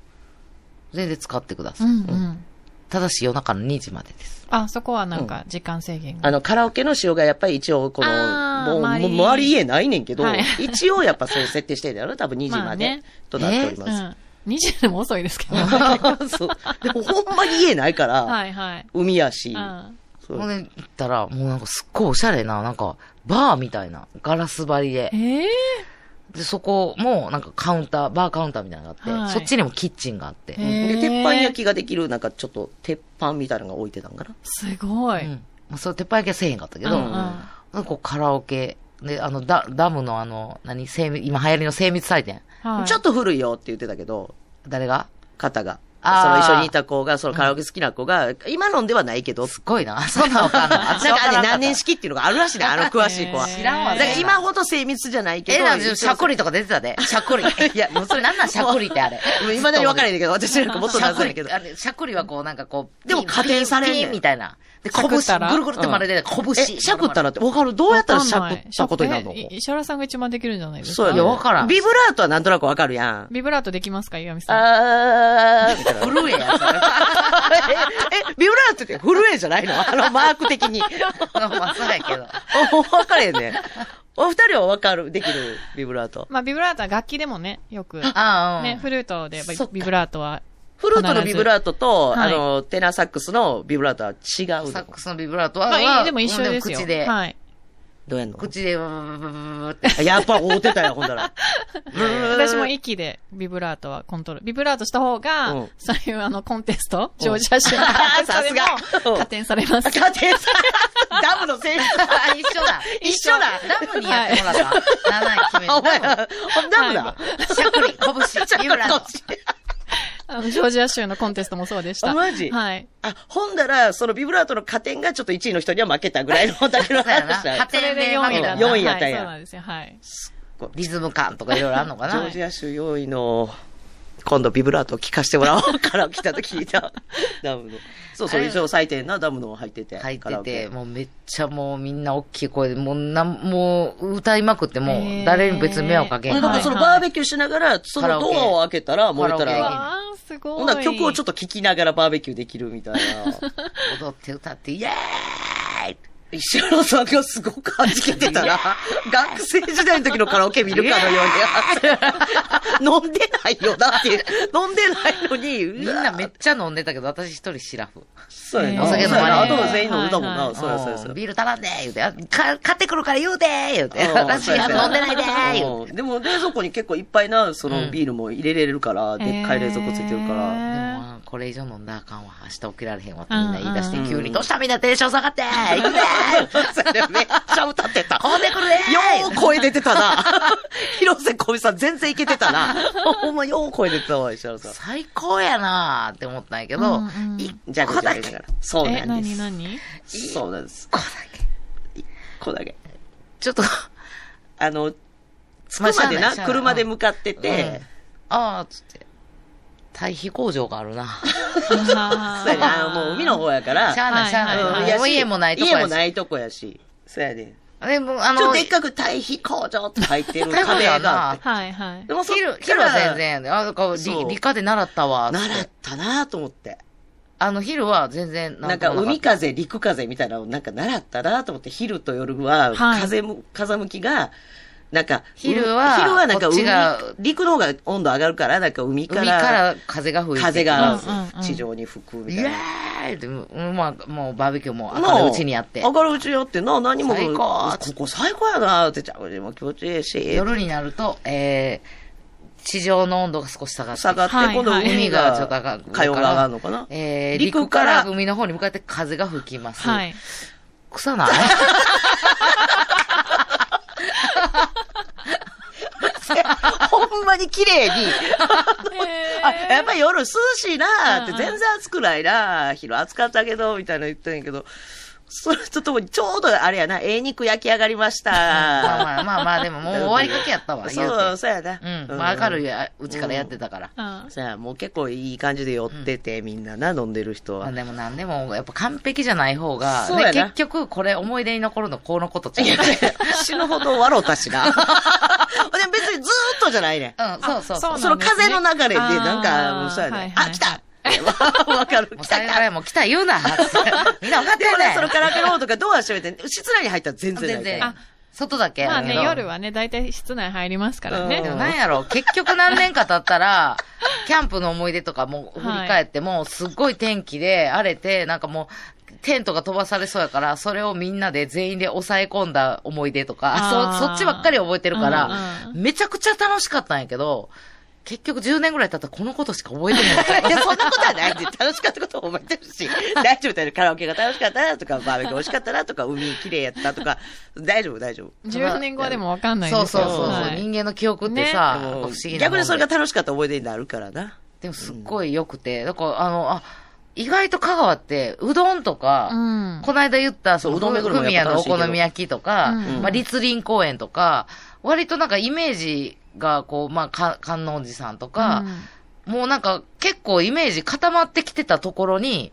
Speaker 1: 全然使ってくだ
Speaker 4: う
Speaker 1: さい。
Speaker 4: んうん。
Speaker 1: ただし夜中の2時までです。
Speaker 4: あ、そこはなんか時間制限が。
Speaker 3: あの、カラオケの仕様がやっぱり一応、この、
Speaker 4: あー
Speaker 3: もう、
Speaker 4: 周
Speaker 3: もう
Speaker 4: り
Speaker 3: 周り家ないねんけど、
Speaker 4: はい
Speaker 3: 一応やっぱそう設定してるんだろう多分2時
Speaker 4: ま
Speaker 3: ま
Speaker 4: あ
Speaker 3: で
Speaker 4: ね
Speaker 3: となっております。
Speaker 4: うん。20でも遅いですけど。は
Speaker 3: そう。でもほんまに家ないから、
Speaker 4: い はい。
Speaker 3: 海やし、
Speaker 4: うん。
Speaker 3: そう
Speaker 1: ほんで、行ったら、もうなんかすっごいおしゃれな、なんか、バーみたいな、ガラス張りで。
Speaker 4: ええ
Speaker 1: で、そこも、なんかカウンター、バーカウンターみたいなのがあって、
Speaker 4: はい
Speaker 1: そっちにもキッチンがあって。
Speaker 3: で、鉄板焼
Speaker 4: き。
Speaker 3: きができる、なんかちょっと鉄板みたいなのが置いてたんかな。
Speaker 4: すごい。
Speaker 1: う
Speaker 4: うんん。
Speaker 1: まあ、それ鉄板焼きはせえへんかったけ
Speaker 4: う
Speaker 1: ど、
Speaker 4: ん
Speaker 1: なんかこうカラオケ、で、あの、ダダムのあの、何、精密、今流行りの精密採点。
Speaker 4: はい
Speaker 3: ちょっと古いよって言ってたけど、
Speaker 1: 誰が
Speaker 3: 方が。その
Speaker 1: あー
Speaker 3: 一緒にいた子が、そのカラオケ好きな子が、今のんではない けど、
Speaker 1: すっごいな。 そんなんわかんない。
Speaker 3: なんかあれ何年
Speaker 1: し
Speaker 3: 式っていうのがあるらしいね、あの詳しい子は。
Speaker 4: へー
Speaker 1: 知らんわ
Speaker 3: だ
Speaker 1: ね
Speaker 3: から今ほど精密じゃないけ
Speaker 1: え、
Speaker 3: ど。
Speaker 1: なんかしゃこ
Speaker 3: り。
Speaker 1: りとか出てた で。しゃこり。いや、もうそれなんなんしゃこりって あれ。
Speaker 3: いまだに分から
Speaker 1: れ
Speaker 3: へんねんけど、私なんかもっと
Speaker 1: しゃ
Speaker 3: 謎
Speaker 1: こ
Speaker 3: やけど
Speaker 1: り、。あれ、しゃこりはこうなんかこう、
Speaker 3: でも
Speaker 1: ピン
Speaker 3: 加点されんねん
Speaker 1: ピンピンみたいな。で、
Speaker 4: しゃくっ
Speaker 1: 拳、
Speaker 4: たら
Speaker 1: ぐるぐるって丸で、
Speaker 3: え、
Speaker 1: 拳。
Speaker 3: しゃくったらって分かるどうやったらしゃくったことになるの
Speaker 4: わかんない石原さんが一番できるんじゃないですか。
Speaker 3: そうや
Speaker 1: いや、わからん。
Speaker 3: ビブラートはなんとなく分かるやん。
Speaker 4: ビブラートできますか、岩見さん。
Speaker 3: あー、みたいな。え、
Speaker 1: 震えや、それ。
Speaker 3: えビブラートって震えじゃないのあのマーク的に。
Speaker 1: まあ、そうやけど。
Speaker 3: お分かれへんね。お二人は分かる、できる、ビブラート。
Speaker 4: まあ、ビブラートは楽器でもね、よく。
Speaker 1: ああ、うん。
Speaker 4: ね、フルートでやっぱり
Speaker 1: そっか
Speaker 4: ビブラートは。
Speaker 3: フルートのビブラートと、
Speaker 4: 必ず
Speaker 3: あの、テナーサックスのビブラートは違う
Speaker 1: サッ
Speaker 3: の。
Speaker 1: クスのビブラートは、
Speaker 4: まあ、いい
Speaker 1: は
Speaker 4: でも一緒ですよ。
Speaker 1: 口で、
Speaker 4: はい。
Speaker 3: どうやんの
Speaker 1: 口で、ブブブブブブって。
Speaker 3: やっぱ合うてたよ、ほんだ ら。
Speaker 4: 私も息でビブラートはコントロール。ビブラートした方が、
Speaker 3: うん
Speaker 4: そういうあのコンテスト、ジョージア 州のコンテ
Speaker 3: さすが
Speaker 4: ストで
Speaker 3: う
Speaker 4: も
Speaker 3: ん
Speaker 4: 加点されます。
Speaker 3: 家 庭さ、ダムの選手。
Speaker 1: あ一緒だ。
Speaker 3: 一緒だ
Speaker 1: ダムにやってもらった。7位決め
Speaker 3: あ、お前、
Speaker 1: た。
Speaker 3: ダムだ。
Speaker 1: しゃくり、拳、ビブラート。
Speaker 4: あのジョージア州のコンテストもそうでした。
Speaker 3: あマジ
Speaker 4: はい。
Speaker 3: あ、ほんだら、そのビブラートの加点がちょっと1位の人には負けたぐらいのだけの
Speaker 1: そうやな。
Speaker 3: 話だ
Speaker 1: 8。
Speaker 4: それ
Speaker 1: 点
Speaker 4: で
Speaker 1: で
Speaker 4: 4
Speaker 1: 4
Speaker 4: 位
Speaker 1: 位
Speaker 4: だ
Speaker 1: だ
Speaker 4: っ
Speaker 1: な。
Speaker 3: 四位やったん
Speaker 4: はい、
Speaker 3: や
Speaker 4: そうなんですよ。はい。
Speaker 1: リズム感とかいろいろあんのか
Speaker 3: ジョ
Speaker 1: な
Speaker 3: ー。ジア州4位の、今度ビブラート聞かしてもらおうから来たと聞い た。ダムの。そうそう、一応採点なダムの入ってて。
Speaker 1: 入っ
Speaker 3: カラ
Speaker 1: て
Speaker 3: オケ
Speaker 1: て、もうめっちゃもうみんな大きい声で、もうなん、もう歌いまくって、も
Speaker 4: へー
Speaker 1: う誰に別に迷惑かけへ
Speaker 3: ほん
Speaker 1: ん
Speaker 3: だ
Speaker 1: か
Speaker 3: からそ。
Speaker 1: ら
Speaker 3: のバーベキューしながら、そのドアを開けたら、
Speaker 1: カ
Speaker 3: 燃え
Speaker 1: ラオ
Speaker 3: た
Speaker 1: ケ
Speaker 4: う
Speaker 3: ら、
Speaker 4: わー、すごい。
Speaker 3: ほんだら曲をちょっ
Speaker 4: っ
Speaker 3: と聴きながらバーベキューできるみたいな。
Speaker 1: 踊って歌って、イエーイ
Speaker 3: 石原さんがすごく弾けて たな。学生時代の時のカラオケ見るかのように。飲んでないよなって いう。飲んでないのに。
Speaker 1: みんなめっちゃ飲んでたけど、私一人シラフ。
Speaker 3: そうやな。
Speaker 1: お酒飲ま
Speaker 3: そうやなあ
Speaker 1: れへん
Speaker 3: とは全員飲んだもん
Speaker 4: はいは
Speaker 3: な。
Speaker 4: い
Speaker 3: そうやそうやそうや
Speaker 1: んビール頼んで言うて、あか買ってくるから言うで 言うて、
Speaker 3: うん
Speaker 1: 私
Speaker 3: そうやそうや
Speaker 1: 飲んでないで言うて。
Speaker 3: うんでも冷蔵庫に結構いっぱいな、そのビールも入れれるから、でっかい冷蔵庫ついてるから。
Speaker 1: でも
Speaker 4: ら。
Speaker 1: あこれ以上飲んだらあかんわ。明日起きられへんわってみんな言い出して
Speaker 4: う、
Speaker 1: 急に、どうしたみんなテンション下がって行くで
Speaker 3: それめっちゃ歌ってた。
Speaker 1: こうでくるで
Speaker 3: よう声出てた な。広瀬香美さん全然いけてたな。ほんまよう声出てたわ、石原さん。
Speaker 1: 最高やなーって思ったんやけ
Speaker 4: う
Speaker 1: ど
Speaker 4: んうん、
Speaker 1: 一
Speaker 3: じゃあ、
Speaker 1: 個だ
Speaker 3: こ
Speaker 1: け、
Speaker 3: ちら
Speaker 1: 一
Speaker 3: からそう
Speaker 4: え、
Speaker 3: なん
Speaker 4: な
Speaker 3: で
Speaker 4: に
Speaker 3: す
Speaker 4: な。に
Speaker 3: そうなんです。
Speaker 1: 個だけ。
Speaker 3: こだけ。
Speaker 1: ちょっと、
Speaker 3: あの、
Speaker 1: まあ
Speaker 3: 着くまで
Speaker 1: しゃ
Speaker 3: な
Speaker 1: あないしゃ、あない
Speaker 3: 車で向かって
Speaker 1: で
Speaker 3: て、、
Speaker 1: あー、つって、堆肥工場があるな。
Speaker 3: そうやね、あのもう海の方やから、
Speaker 1: しゃあない、しゃあ
Speaker 4: は
Speaker 1: ないい。
Speaker 3: やし
Speaker 1: もう家もないとこやし。
Speaker 3: 家もないとこやし。そうやね。
Speaker 1: でもうあ
Speaker 3: ちょっとでっ
Speaker 1: の、
Speaker 3: かく堆肥工場って入ってる
Speaker 1: 堆肥
Speaker 3: 壁
Speaker 1: 工場あるな
Speaker 3: があって。
Speaker 4: はいはい。
Speaker 3: でもそっ
Speaker 1: 昼、
Speaker 3: か
Speaker 1: 昼
Speaker 3: ら
Speaker 1: は全然やで、あ、なんか
Speaker 3: そう
Speaker 1: 理理科で習ったわ、つって
Speaker 3: 習ったなと思って。
Speaker 1: あの、昼は全然
Speaker 3: なん
Speaker 1: と
Speaker 3: か
Speaker 1: もっ
Speaker 3: 海風、陸風みたいなのなんか習ったなと思って、昼と夜は
Speaker 4: はい
Speaker 3: 風む、風向きが、なんか、
Speaker 1: 昼は
Speaker 3: 昼はなんか
Speaker 1: こっ
Speaker 3: 海
Speaker 1: ちが、
Speaker 3: 陸の方が温度上がるから、なんか海
Speaker 1: た
Speaker 3: か
Speaker 1: 海
Speaker 3: ら、
Speaker 1: から風が吹いて。
Speaker 3: 風が
Speaker 4: うんうんうん
Speaker 3: 地上に吹くみ
Speaker 1: イ
Speaker 3: たい
Speaker 1: エ
Speaker 3: な。
Speaker 1: ーイって、うんまあ、もうバーベキューも
Speaker 3: なあ
Speaker 1: 明るいうちにやって
Speaker 3: 明。るいうちにやってな、何も。
Speaker 1: 最高
Speaker 3: ここ最高やなって、ちゃうでも気持ちいいし。
Speaker 1: 夜になると、えー、地上の温度が少し下がって。
Speaker 3: 下がって、
Speaker 4: はい
Speaker 3: 今度
Speaker 4: はい
Speaker 3: 海
Speaker 1: 海
Speaker 3: が、
Speaker 1: がちょっと上がるから
Speaker 3: 海温が上がるのかな
Speaker 1: えー、
Speaker 3: 陸
Speaker 1: 陸
Speaker 3: か
Speaker 1: からら海の方に向かって風が吹きます。
Speaker 4: はい。
Speaker 1: 臭ない
Speaker 3: ほんまに綺麗に。あ、やっぱり夜涼しいなーって、
Speaker 4: うんうん
Speaker 3: 全然暑くないなー昼暑かったけど、みたいなの言ってんやけど、それとともに、ちょうどあれやな、ええ肉焼き上がりました
Speaker 1: まあ
Speaker 3: ー。
Speaker 1: まあまあまあ、でも もう終わりかけやったわ、言
Speaker 3: そう、
Speaker 1: う
Speaker 3: そうやな。
Speaker 1: て。うん。まあ、明る
Speaker 3: い。
Speaker 1: いうちからやってたから。
Speaker 4: うん
Speaker 3: そうや、もう結構いい感じで寄ってて、みんなな、飲んでる人
Speaker 1: まあ
Speaker 3: は。
Speaker 1: でもなんでも、やっぱ完璧じゃない方が、
Speaker 3: そうやな
Speaker 1: ね結局これ思い出に残るのこのことちゃう。
Speaker 3: 死ぬほど笑うたし な。でも別にずーっとじゃないねん。
Speaker 1: うん、そうそうそう。
Speaker 4: あ
Speaker 3: その風の流れで、
Speaker 4: あ
Speaker 3: なんか、そうや
Speaker 4: はい
Speaker 3: ね。
Speaker 4: はい
Speaker 3: あ、来たね。わわかる。
Speaker 1: もう
Speaker 3: 来
Speaker 1: さ
Speaker 3: た
Speaker 1: よ
Speaker 3: か
Speaker 1: ならもう来た言うな。 みんな分かって
Speaker 3: でも
Speaker 1: る
Speaker 3: ね
Speaker 1: ね。、
Speaker 3: そのカラオケの方とかドア閉めて、室内に入ったら全然ない
Speaker 1: 全
Speaker 3: から。
Speaker 1: 然
Speaker 4: あ。
Speaker 1: 外だけ。
Speaker 4: まあね、
Speaker 1: うん
Speaker 4: 夜はね、大体室内入りますからね。
Speaker 3: うん
Speaker 1: でもなんやろ、結局何年か経った ら、キャンプの思い出とかも振り返っても、すっごい天気で荒れて、なんかもう、テントが飛ばされそうやから、それをみんなで全員で抑え込んだ思い出とか
Speaker 4: あ、ー
Speaker 1: そ、そっちばっかり覚えてるから、
Speaker 4: うんうん
Speaker 1: めちゃくちゃ楽しかったんやけど、結局10年ぐらい経ったらこのことしか覚えてな
Speaker 3: い
Speaker 1: い
Speaker 3: や、そんなことはないって、 楽しかったことを覚えてるし、大丈夫だよ、カラオケが楽しかったなとか、バーベキュー美味しかったなとか、海きれいやったとか、 大丈夫、大丈夫。
Speaker 4: 10年後はでもわかんない
Speaker 1: そう
Speaker 4: です
Speaker 1: そう
Speaker 4: よ
Speaker 1: そうそう、
Speaker 4: はい
Speaker 1: 人間の記憶って
Speaker 4: ね
Speaker 1: さ、
Speaker 3: で
Speaker 1: 不
Speaker 3: も
Speaker 1: 思議なもんで
Speaker 3: 逆にそれが楽しかった思い出になるからな。
Speaker 1: でもすっごい良くて、だから、あの、あ、意外と香川って、うどんとか、
Speaker 4: うん
Speaker 1: この間言った、その、
Speaker 3: そううどん巡りも
Speaker 1: ふみ
Speaker 3: やっ
Speaker 1: や
Speaker 3: ぱ
Speaker 1: の
Speaker 3: 楽
Speaker 1: お
Speaker 3: しいけど
Speaker 1: 好み焼きとか、
Speaker 4: うん
Speaker 1: まあ、立林公園とか、割となんかイメージが、こう、まあ、か観音寺さんとか、もうなんか結構イメージ固まってきてたところに、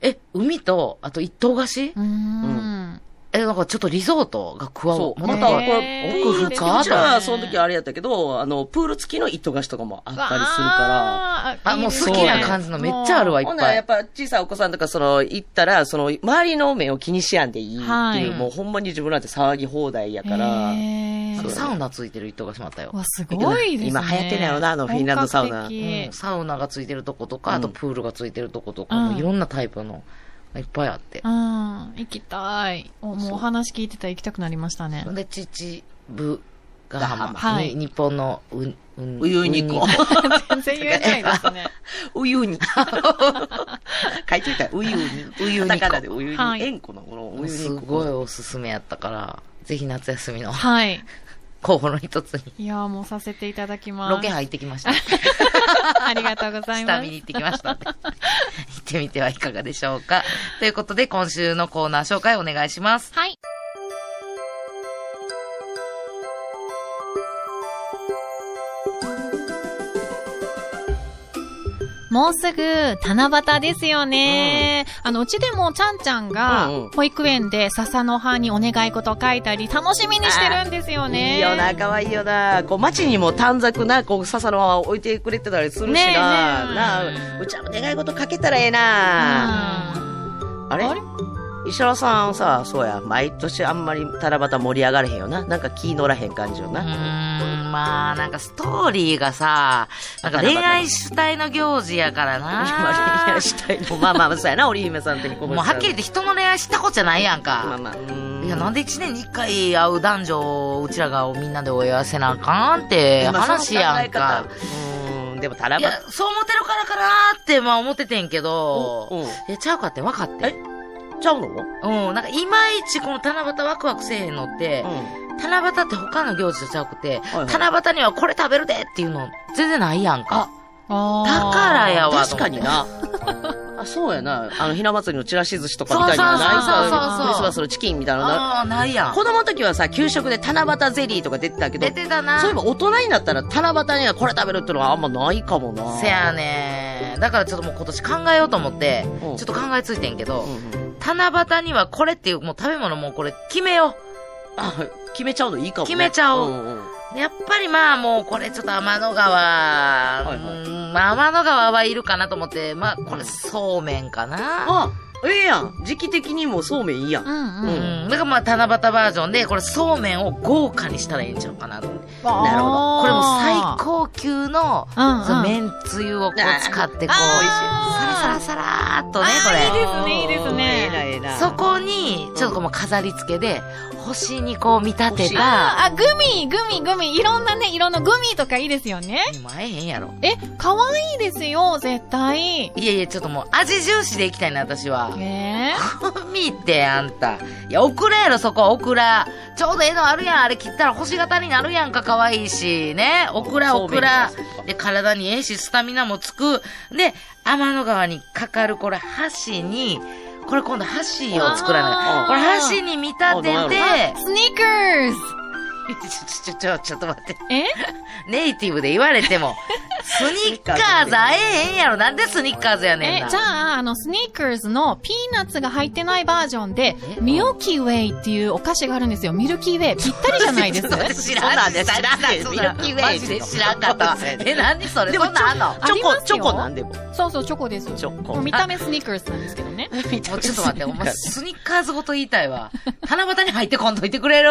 Speaker 1: え、海と、あと一棟貸し、
Speaker 4: うん。うん
Speaker 1: え、なんかちょっとリゾートが加わ
Speaker 3: そう。
Speaker 1: ま
Speaker 3: ま
Speaker 1: た
Speaker 3: た、
Speaker 4: へ
Speaker 3: こ
Speaker 4: ー
Speaker 3: れ、プール付き
Speaker 1: 奥深い
Speaker 3: じゃあ、その時あれやったけど、あの、プール付きの糸菓子とかもあったりするから。
Speaker 1: あ、もう好きな感じのめっちゃあるわ、いっ
Speaker 3: ほんな
Speaker 1: ぱ
Speaker 3: らや
Speaker 1: い
Speaker 3: っ。ぱ小さいお子さんとか、その、行ったら、その、周りの目を気にしやんでいいっていう、
Speaker 4: はい
Speaker 3: もうほんまに自分なんて騒ぎ放題や
Speaker 4: だ
Speaker 3: から、
Speaker 1: あ
Speaker 4: そ
Speaker 1: の
Speaker 3: そう
Speaker 1: サウナついてる一棟貸しもあったよ。
Speaker 4: わ、すごいですね。
Speaker 3: 今流行ってんのやろなあのフィンランドサウナ
Speaker 4: 本格
Speaker 1: う
Speaker 4: 的
Speaker 1: ん、サウナがついてるとことか、
Speaker 3: うん
Speaker 1: あとプールがついてるとことか、
Speaker 4: うん
Speaker 1: もういろんなタイプのがいっぱいあって。
Speaker 4: うん、行きたい。おもうお話聞いてたら行きたくなりましたね
Speaker 1: ほん。で、秩父ヶ浜、
Speaker 4: はい
Speaker 1: に日本のう、う、
Speaker 3: ウユニコ。
Speaker 4: 全然言えないですね。
Speaker 3: ウユニ。書いといたら、ウユニ。ウ
Speaker 1: ユニコ
Speaker 3: だからでウユニ。
Speaker 4: はい
Speaker 3: 円弧のこの
Speaker 1: ウ
Speaker 3: ウユニコ。
Speaker 1: すごいおすすめやったから、ぜひ夏休みの
Speaker 4: はい。
Speaker 1: 候補の一つに、
Speaker 4: いやーもうさせていただきます。
Speaker 1: ロケ入ってきました。
Speaker 4: ありがとうございま
Speaker 1: 下
Speaker 4: す。
Speaker 1: 見に行ってきましたん で。行ってみてはいかがでしょうか。ということで、今週のコーナー紹介お願いします。
Speaker 4: はい。もうすぐ、七夕ですよね。あの、うちでも、ちゃんちゃ
Speaker 3: う
Speaker 4: ん
Speaker 3: んうん
Speaker 4: が、保育園で笹の葉にお願い事書いたり、楽しみにしてるんですよね。
Speaker 3: いいよな、可愛いよな。こう、街にも短冊な、こう、笹の葉を置いてくれてたりするしな。
Speaker 4: ねえねえ
Speaker 3: なあうちは願い事かけたらええな。あれ
Speaker 4: あれ
Speaker 3: 石原さんさ、そうや、毎年あんまり七夕盛り上がれへんよな。なんか気乗らへん感じよ
Speaker 1: う
Speaker 3: な。
Speaker 1: ーんまあ、なんかストーリーがさ、なんか恋愛主体の行事やから
Speaker 3: 恋
Speaker 1: な
Speaker 3: 愛。したいの。まあまあ、そうやな、織姫さんと彦星
Speaker 1: もう
Speaker 3: さん
Speaker 1: はっきり言って人の恋愛したことじゃないやん
Speaker 3: まあ
Speaker 1: か。
Speaker 3: まあ、うーん
Speaker 1: いや、なんで一年に一回会う男女をうちらがみんなでお祝いせなあかんって
Speaker 3: 今
Speaker 1: 話や
Speaker 3: その考え
Speaker 1: んか。。
Speaker 3: 方うーん、でも七
Speaker 1: い
Speaker 3: 夕。
Speaker 1: や、そう思ってるからかなーって、まあ思っててんけど、
Speaker 3: うんうん
Speaker 1: いや、ちゃうかって分かってん。
Speaker 3: ちゃうのうん。
Speaker 1: うん、なんかいまいちこの七夕ワクワクせえへんのって、七夕って他の行事とちゃうくて、
Speaker 3: はいはい
Speaker 1: 七夕にはこれ食べるでっていうの全然ないやんか。
Speaker 4: あ
Speaker 1: だ
Speaker 4: ー
Speaker 1: からやわ。
Speaker 3: 確かにな。 あ、そうやな。あの、ひな祭りのちらし寿司とかみたいに
Speaker 1: そう
Speaker 3: は
Speaker 1: そうそう
Speaker 3: ない
Speaker 1: そうそうそ
Speaker 3: さ
Speaker 1: う、
Speaker 3: クリスマスのチキンみたいなのな。
Speaker 1: ああー、ないやん。
Speaker 3: 子供の時はさ、給食で七夕ゼリーとか出てたけど
Speaker 1: 出、てたな。
Speaker 3: そういえば大人になったら七夕にはこれ食べるってのはあんまないかもな。
Speaker 1: せやねだからちょっともう今年考えようと思って、ち
Speaker 3: う
Speaker 1: ょ
Speaker 3: ん
Speaker 1: っと考えついてんけど、
Speaker 3: うんうん。
Speaker 1: 七夕にはこれっていう、もう食べ物もうこれ決めよ
Speaker 3: あ、決めちゃうのいいかも、ね。
Speaker 1: 決めちゃおうん
Speaker 3: うん
Speaker 1: う。でやっぱりまあもうこれちょっと天の川、
Speaker 3: いはい
Speaker 1: うんまあ天の川はいるかなと思って、まあこれそうめんかな。
Speaker 3: あ、ええやん。時期的にもそうめんいいやん。
Speaker 4: うん
Speaker 1: う
Speaker 4: うん。
Speaker 1: ん。だからまあ七夕バージョンで、これそうめんを豪華にしたらいいんちゃうかなと思って。
Speaker 3: なるほど
Speaker 1: これもう最高級の、
Speaker 4: うんうん
Speaker 1: その麺つゆをこう使ってこう、サラサラサラーっとね、これ。
Speaker 4: あーいいですねいいですね
Speaker 3: うんええな、ええな。
Speaker 1: そこに、ちょっとこの飾り付けで、星にこう見立てた、
Speaker 4: あ、グミ、グミ、グミ。いろんなね、色のグミとかいいですよね。
Speaker 1: でも会えへんやろ。
Speaker 4: え、可愛いですよ、絶対。
Speaker 1: いやいや、ちょっともう味重視でいきたいな、私は。
Speaker 4: え
Speaker 1: 見て、あんた。いや、オクラやろ、そこ、オクラ。ちょうどええのあるやん、あれ切ったら星型になるやんか、可愛いし。ね、オクラ、
Speaker 3: そう
Speaker 1: オ
Speaker 3: めん
Speaker 1: クラ
Speaker 3: そうか。
Speaker 1: で、体にええし、スタミナもつく。で、天の川にかかる、これ、橋に、これ今度、橋を作ら
Speaker 4: あ
Speaker 1: ない。
Speaker 4: ー
Speaker 1: これ、橋に見立
Speaker 3: あ
Speaker 1: て
Speaker 3: なる
Speaker 1: て
Speaker 4: ー、スニーカーズ
Speaker 1: ちょ、ちょ、ちょ、ちょ、ちょっと待って。
Speaker 4: え
Speaker 1: ネイティブで言われても、スニッカーズ会えへんやろ。なんでスニッカーズやねん
Speaker 4: え
Speaker 1: な。、
Speaker 4: じゃあ、あの、スニーカーズのピーナッツが入ってないバージョンで
Speaker 1: え、
Speaker 4: ミルキーウェイっていうお菓子があるんですよ。ミルキーウェイ。ぴったりじゃな いです
Speaker 1: 知らんかった。
Speaker 3: そんなんで
Speaker 1: 知らんかった
Speaker 3: 知らん
Speaker 1: マジで知らんかったわ。え、何それ
Speaker 3: でも
Speaker 1: そんなんあんの
Speaker 4: あ
Speaker 3: チョ
Speaker 4: り
Speaker 3: コ
Speaker 4: ま、す
Speaker 3: チ
Speaker 4: よ
Speaker 3: ョコなんでも。
Speaker 4: そうそう、チョコです。
Speaker 3: チョコ
Speaker 4: もう見た目スニーカーズなんですけ どね。
Speaker 1: もうちょっと待って、お 前、スニッカーズごと言いたいわ。七夕に入ってこんといてくれ る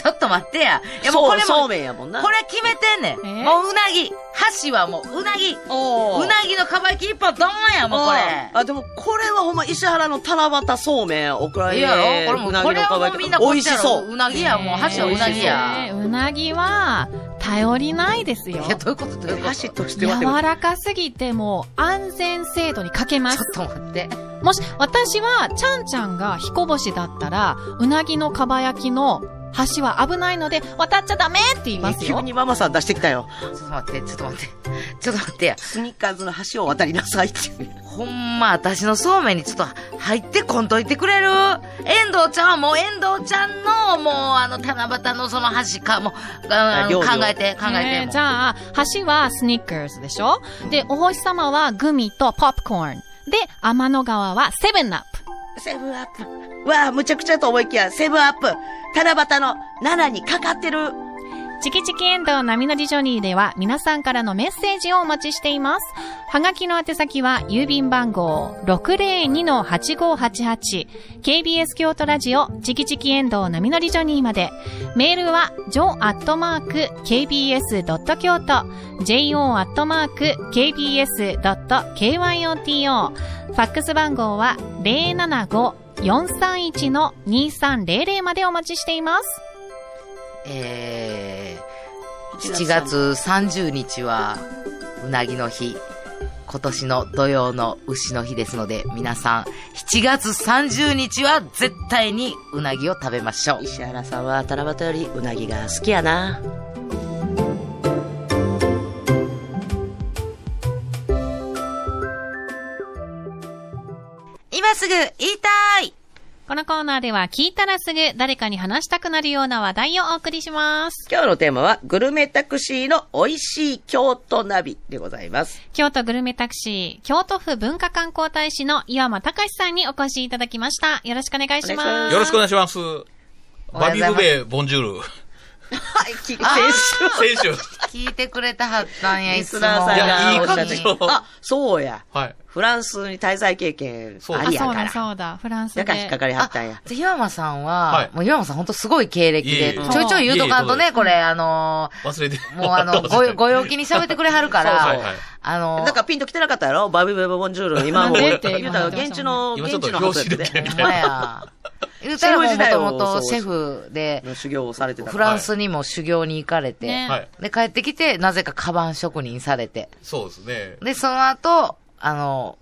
Speaker 1: ちょっと待ってや。いや、もうこれ
Speaker 3: そうそ
Speaker 1: も、
Speaker 3: う
Speaker 1: これ
Speaker 3: めんやもんな。
Speaker 1: 決めてんね
Speaker 4: え
Speaker 1: ん。もううなぎ。箸はもううなぎ。
Speaker 3: おー
Speaker 1: うなぎのかば焼き一本ドーンや、もうこれ。
Speaker 3: あ、でもこれはほんま石原の七夕そうめん、お蔵
Speaker 1: いい
Speaker 3: 入
Speaker 1: やろこれ
Speaker 3: れ、
Speaker 1: も
Speaker 3: う
Speaker 1: う、
Speaker 3: な
Speaker 1: こ
Speaker 3: ぎ
Speaker 1: れ
Speaker 3: のか
Speaker 1: は
Speaker 3: ば
Speaker 1: も
Speaker 3: 焼
Speaker 1: うみ
Speaker 3: き
Speaker 1: んな
Speaker 3: 美
Speaker 1: こっ
Speaker 3: 味
Speaker 1: ち
Speaker 3: し
Speaker 1: やろ。
Speaker 3: そうう。
Speaker 1: なぎや、もう箸はうなぎや。
Speaker 4: えー。うなぎは、頼りないですよ
Speaker 1: い。や、どういうことどういうことち
Speaker 3: 箸
Speaker 1: ょ
Speaker 3: としてはでも
Speaker 4: 柔らかすぎてもう安全制度にかけま
Speaker 1: っ
Speaker 4: す。
Speaker 1: と待って。
Speaker 4: もし、私は、ちゃんちゃんが彦星だったら、うなぎのかば焼きの橋は危ないので、渡っちゃダメって言います
Speaker 3: 急
Speaker 4: よ。
Speaker 3: にママさん出してきたよ。
Speaker 1: ちょっと待って、ちょっと待って。ちょっと待ってや。
Speaker 3: スニッカーズの橋を渡りなさいっていう。
Speaker 1: ほんま、私のそうめんにちょっと入ってこんといてくれる遠藤ちゃんはもう遠藤ちゃんの、もうあの、七夕のその箸か、もう、あの
Speaker 3: 料理を
Speaker 1: 考えて、考え
Speaker 4: ね
Speaker 1: て。
Speaker 4: じゃあ、橋はスニッカーズでしょで、お星様はグミとポップコーン。で、天の川はセブンナップ。
Speaker 3: セブンアップ。わあ、むちゃくちゃと思いきや、セブンアップ。七夕の7にかかってる。
Speaker 4: チキチキエンド波乗りジョニーでは皆さんからのメッセージをお待ちしています。はがきの宛先は郵便番号 602-8588KBS 京都ラジオチキチキエンド波乗りジョニーまで。メールは jo.kbs.kyoto jo.kbs.kyoto ファックス番号は075-431-2300までお待ちしています。
Speaker 1: えー、7月30日は、うなぎの日。今年の土曜の牛の日ですので、皆さん、7月30日は絶対にうなぎを食べましょう。
Speaker 3: 石原さんは七夕よりうなぎが好きやな。
Speaker 1: 今すぐ言いたい
Speaker 4: このコーナーでは聞いたらすぐ誰かに話したくなるような話題をお送りします。
Speaker 3: 今日のテーマは、グルメタクシーの美味しい京都ナビでございます。
Speaker 4: 京都グルメタクシー、京都府文化観光大使の岩間隆さんにお越しいただきました。よろしくお願いし
Speaker 3: お願いし
Speaker 4: ま。
Speaker 3: ます
Speaker 5: よろしくお願いします。
Speaker 1: はよ
Speaker 5: バ
Speaker 1: うご
Speaker 5: ビ
Speaker 1: ざいます
Speaker 5: ブベー、ボンジュ ール。
Speaker 3: はい、聞いて
Speaker 5: 選手。
Speaker 1: 聞いてくれたはったんや、い
Speaker 3: リ
Speaker 1: つも。
Speaker 3: スナーさんが
Speaker 5: いや
Speaker 3: おっしゃ
Speaker 5: 感
Speaker 3: って
Speaker 5: じよ
Speaker 3: あ、そうや。
Speaker 5: はい。
Speaker 3: フランスに滞在経験
Speaker 5: そう
Speaker 3: あ
Speaker 4: あ、
Speaker 3: りや
Speaker 4: そう
Speaker 3: か
Speaker 4: だ、
Speaker 3: ら。
Speaker 4: そうだ、フランス
Speaker 3: だから引っか
Speaker 4: で。
Speaker 3: かりはったんや。
Speaker 1: じゃあ、岩間さんは、
Speaker 5: はい
Speaker 1: もう岩間さん本当すごい経歴
Speaker 5: いえ
Speaker 1: で、
Speaker 5: いえ
Speaker 1: ちょいちょい言うとかんと
Speaker 5: いえい
Speaker 1: ね、これ、あの
Speaker 5: 忘れて。
Speaker 1: ーもうあ の、ごよ、ご
Speaker 5: 用
Speaker 1: 陽気に喋ってくれはるから、
Speaker 5: そうそうはいはい
Speaker 1: あのー
Speaker 3: なんかピンと来てなかったやろバビブブボンジュール。今もう、
Speaker 4: なんで
Speaker 3: 言
Speaker 4: って今
Speaker 3: うたら現地の、
Speaker 5: 今
Speaker 3: 現
Speaker 5: ちょっと
Speaker 3: 地の発想
Speaker 5: 表紙
Speaker 3: や
Speaker 5: で
Speaker 3: っ
Speaker 5: 見
Speaker 3: た
Speaker 5: て
Speaker 3: で
Speaker 1: ほんま
Speaker 5: みたいな。
Speaker 1: や。言うたらも
Speaker 3: シェフ時代を
Speaker 1: うもともと
Speaker 3: そう
Speaker 1: シェフで、
Speaker 3: の修行をされてた。
Speaker 1: フランスにも修行に行かれて、
Speaker 4: ね
Speaker 5: はい。
Speaker 1: で、帰ってきて、なぜかカバン職人されて、
Speaker 5: そうです ね。
Speaker 1: で、その後、あの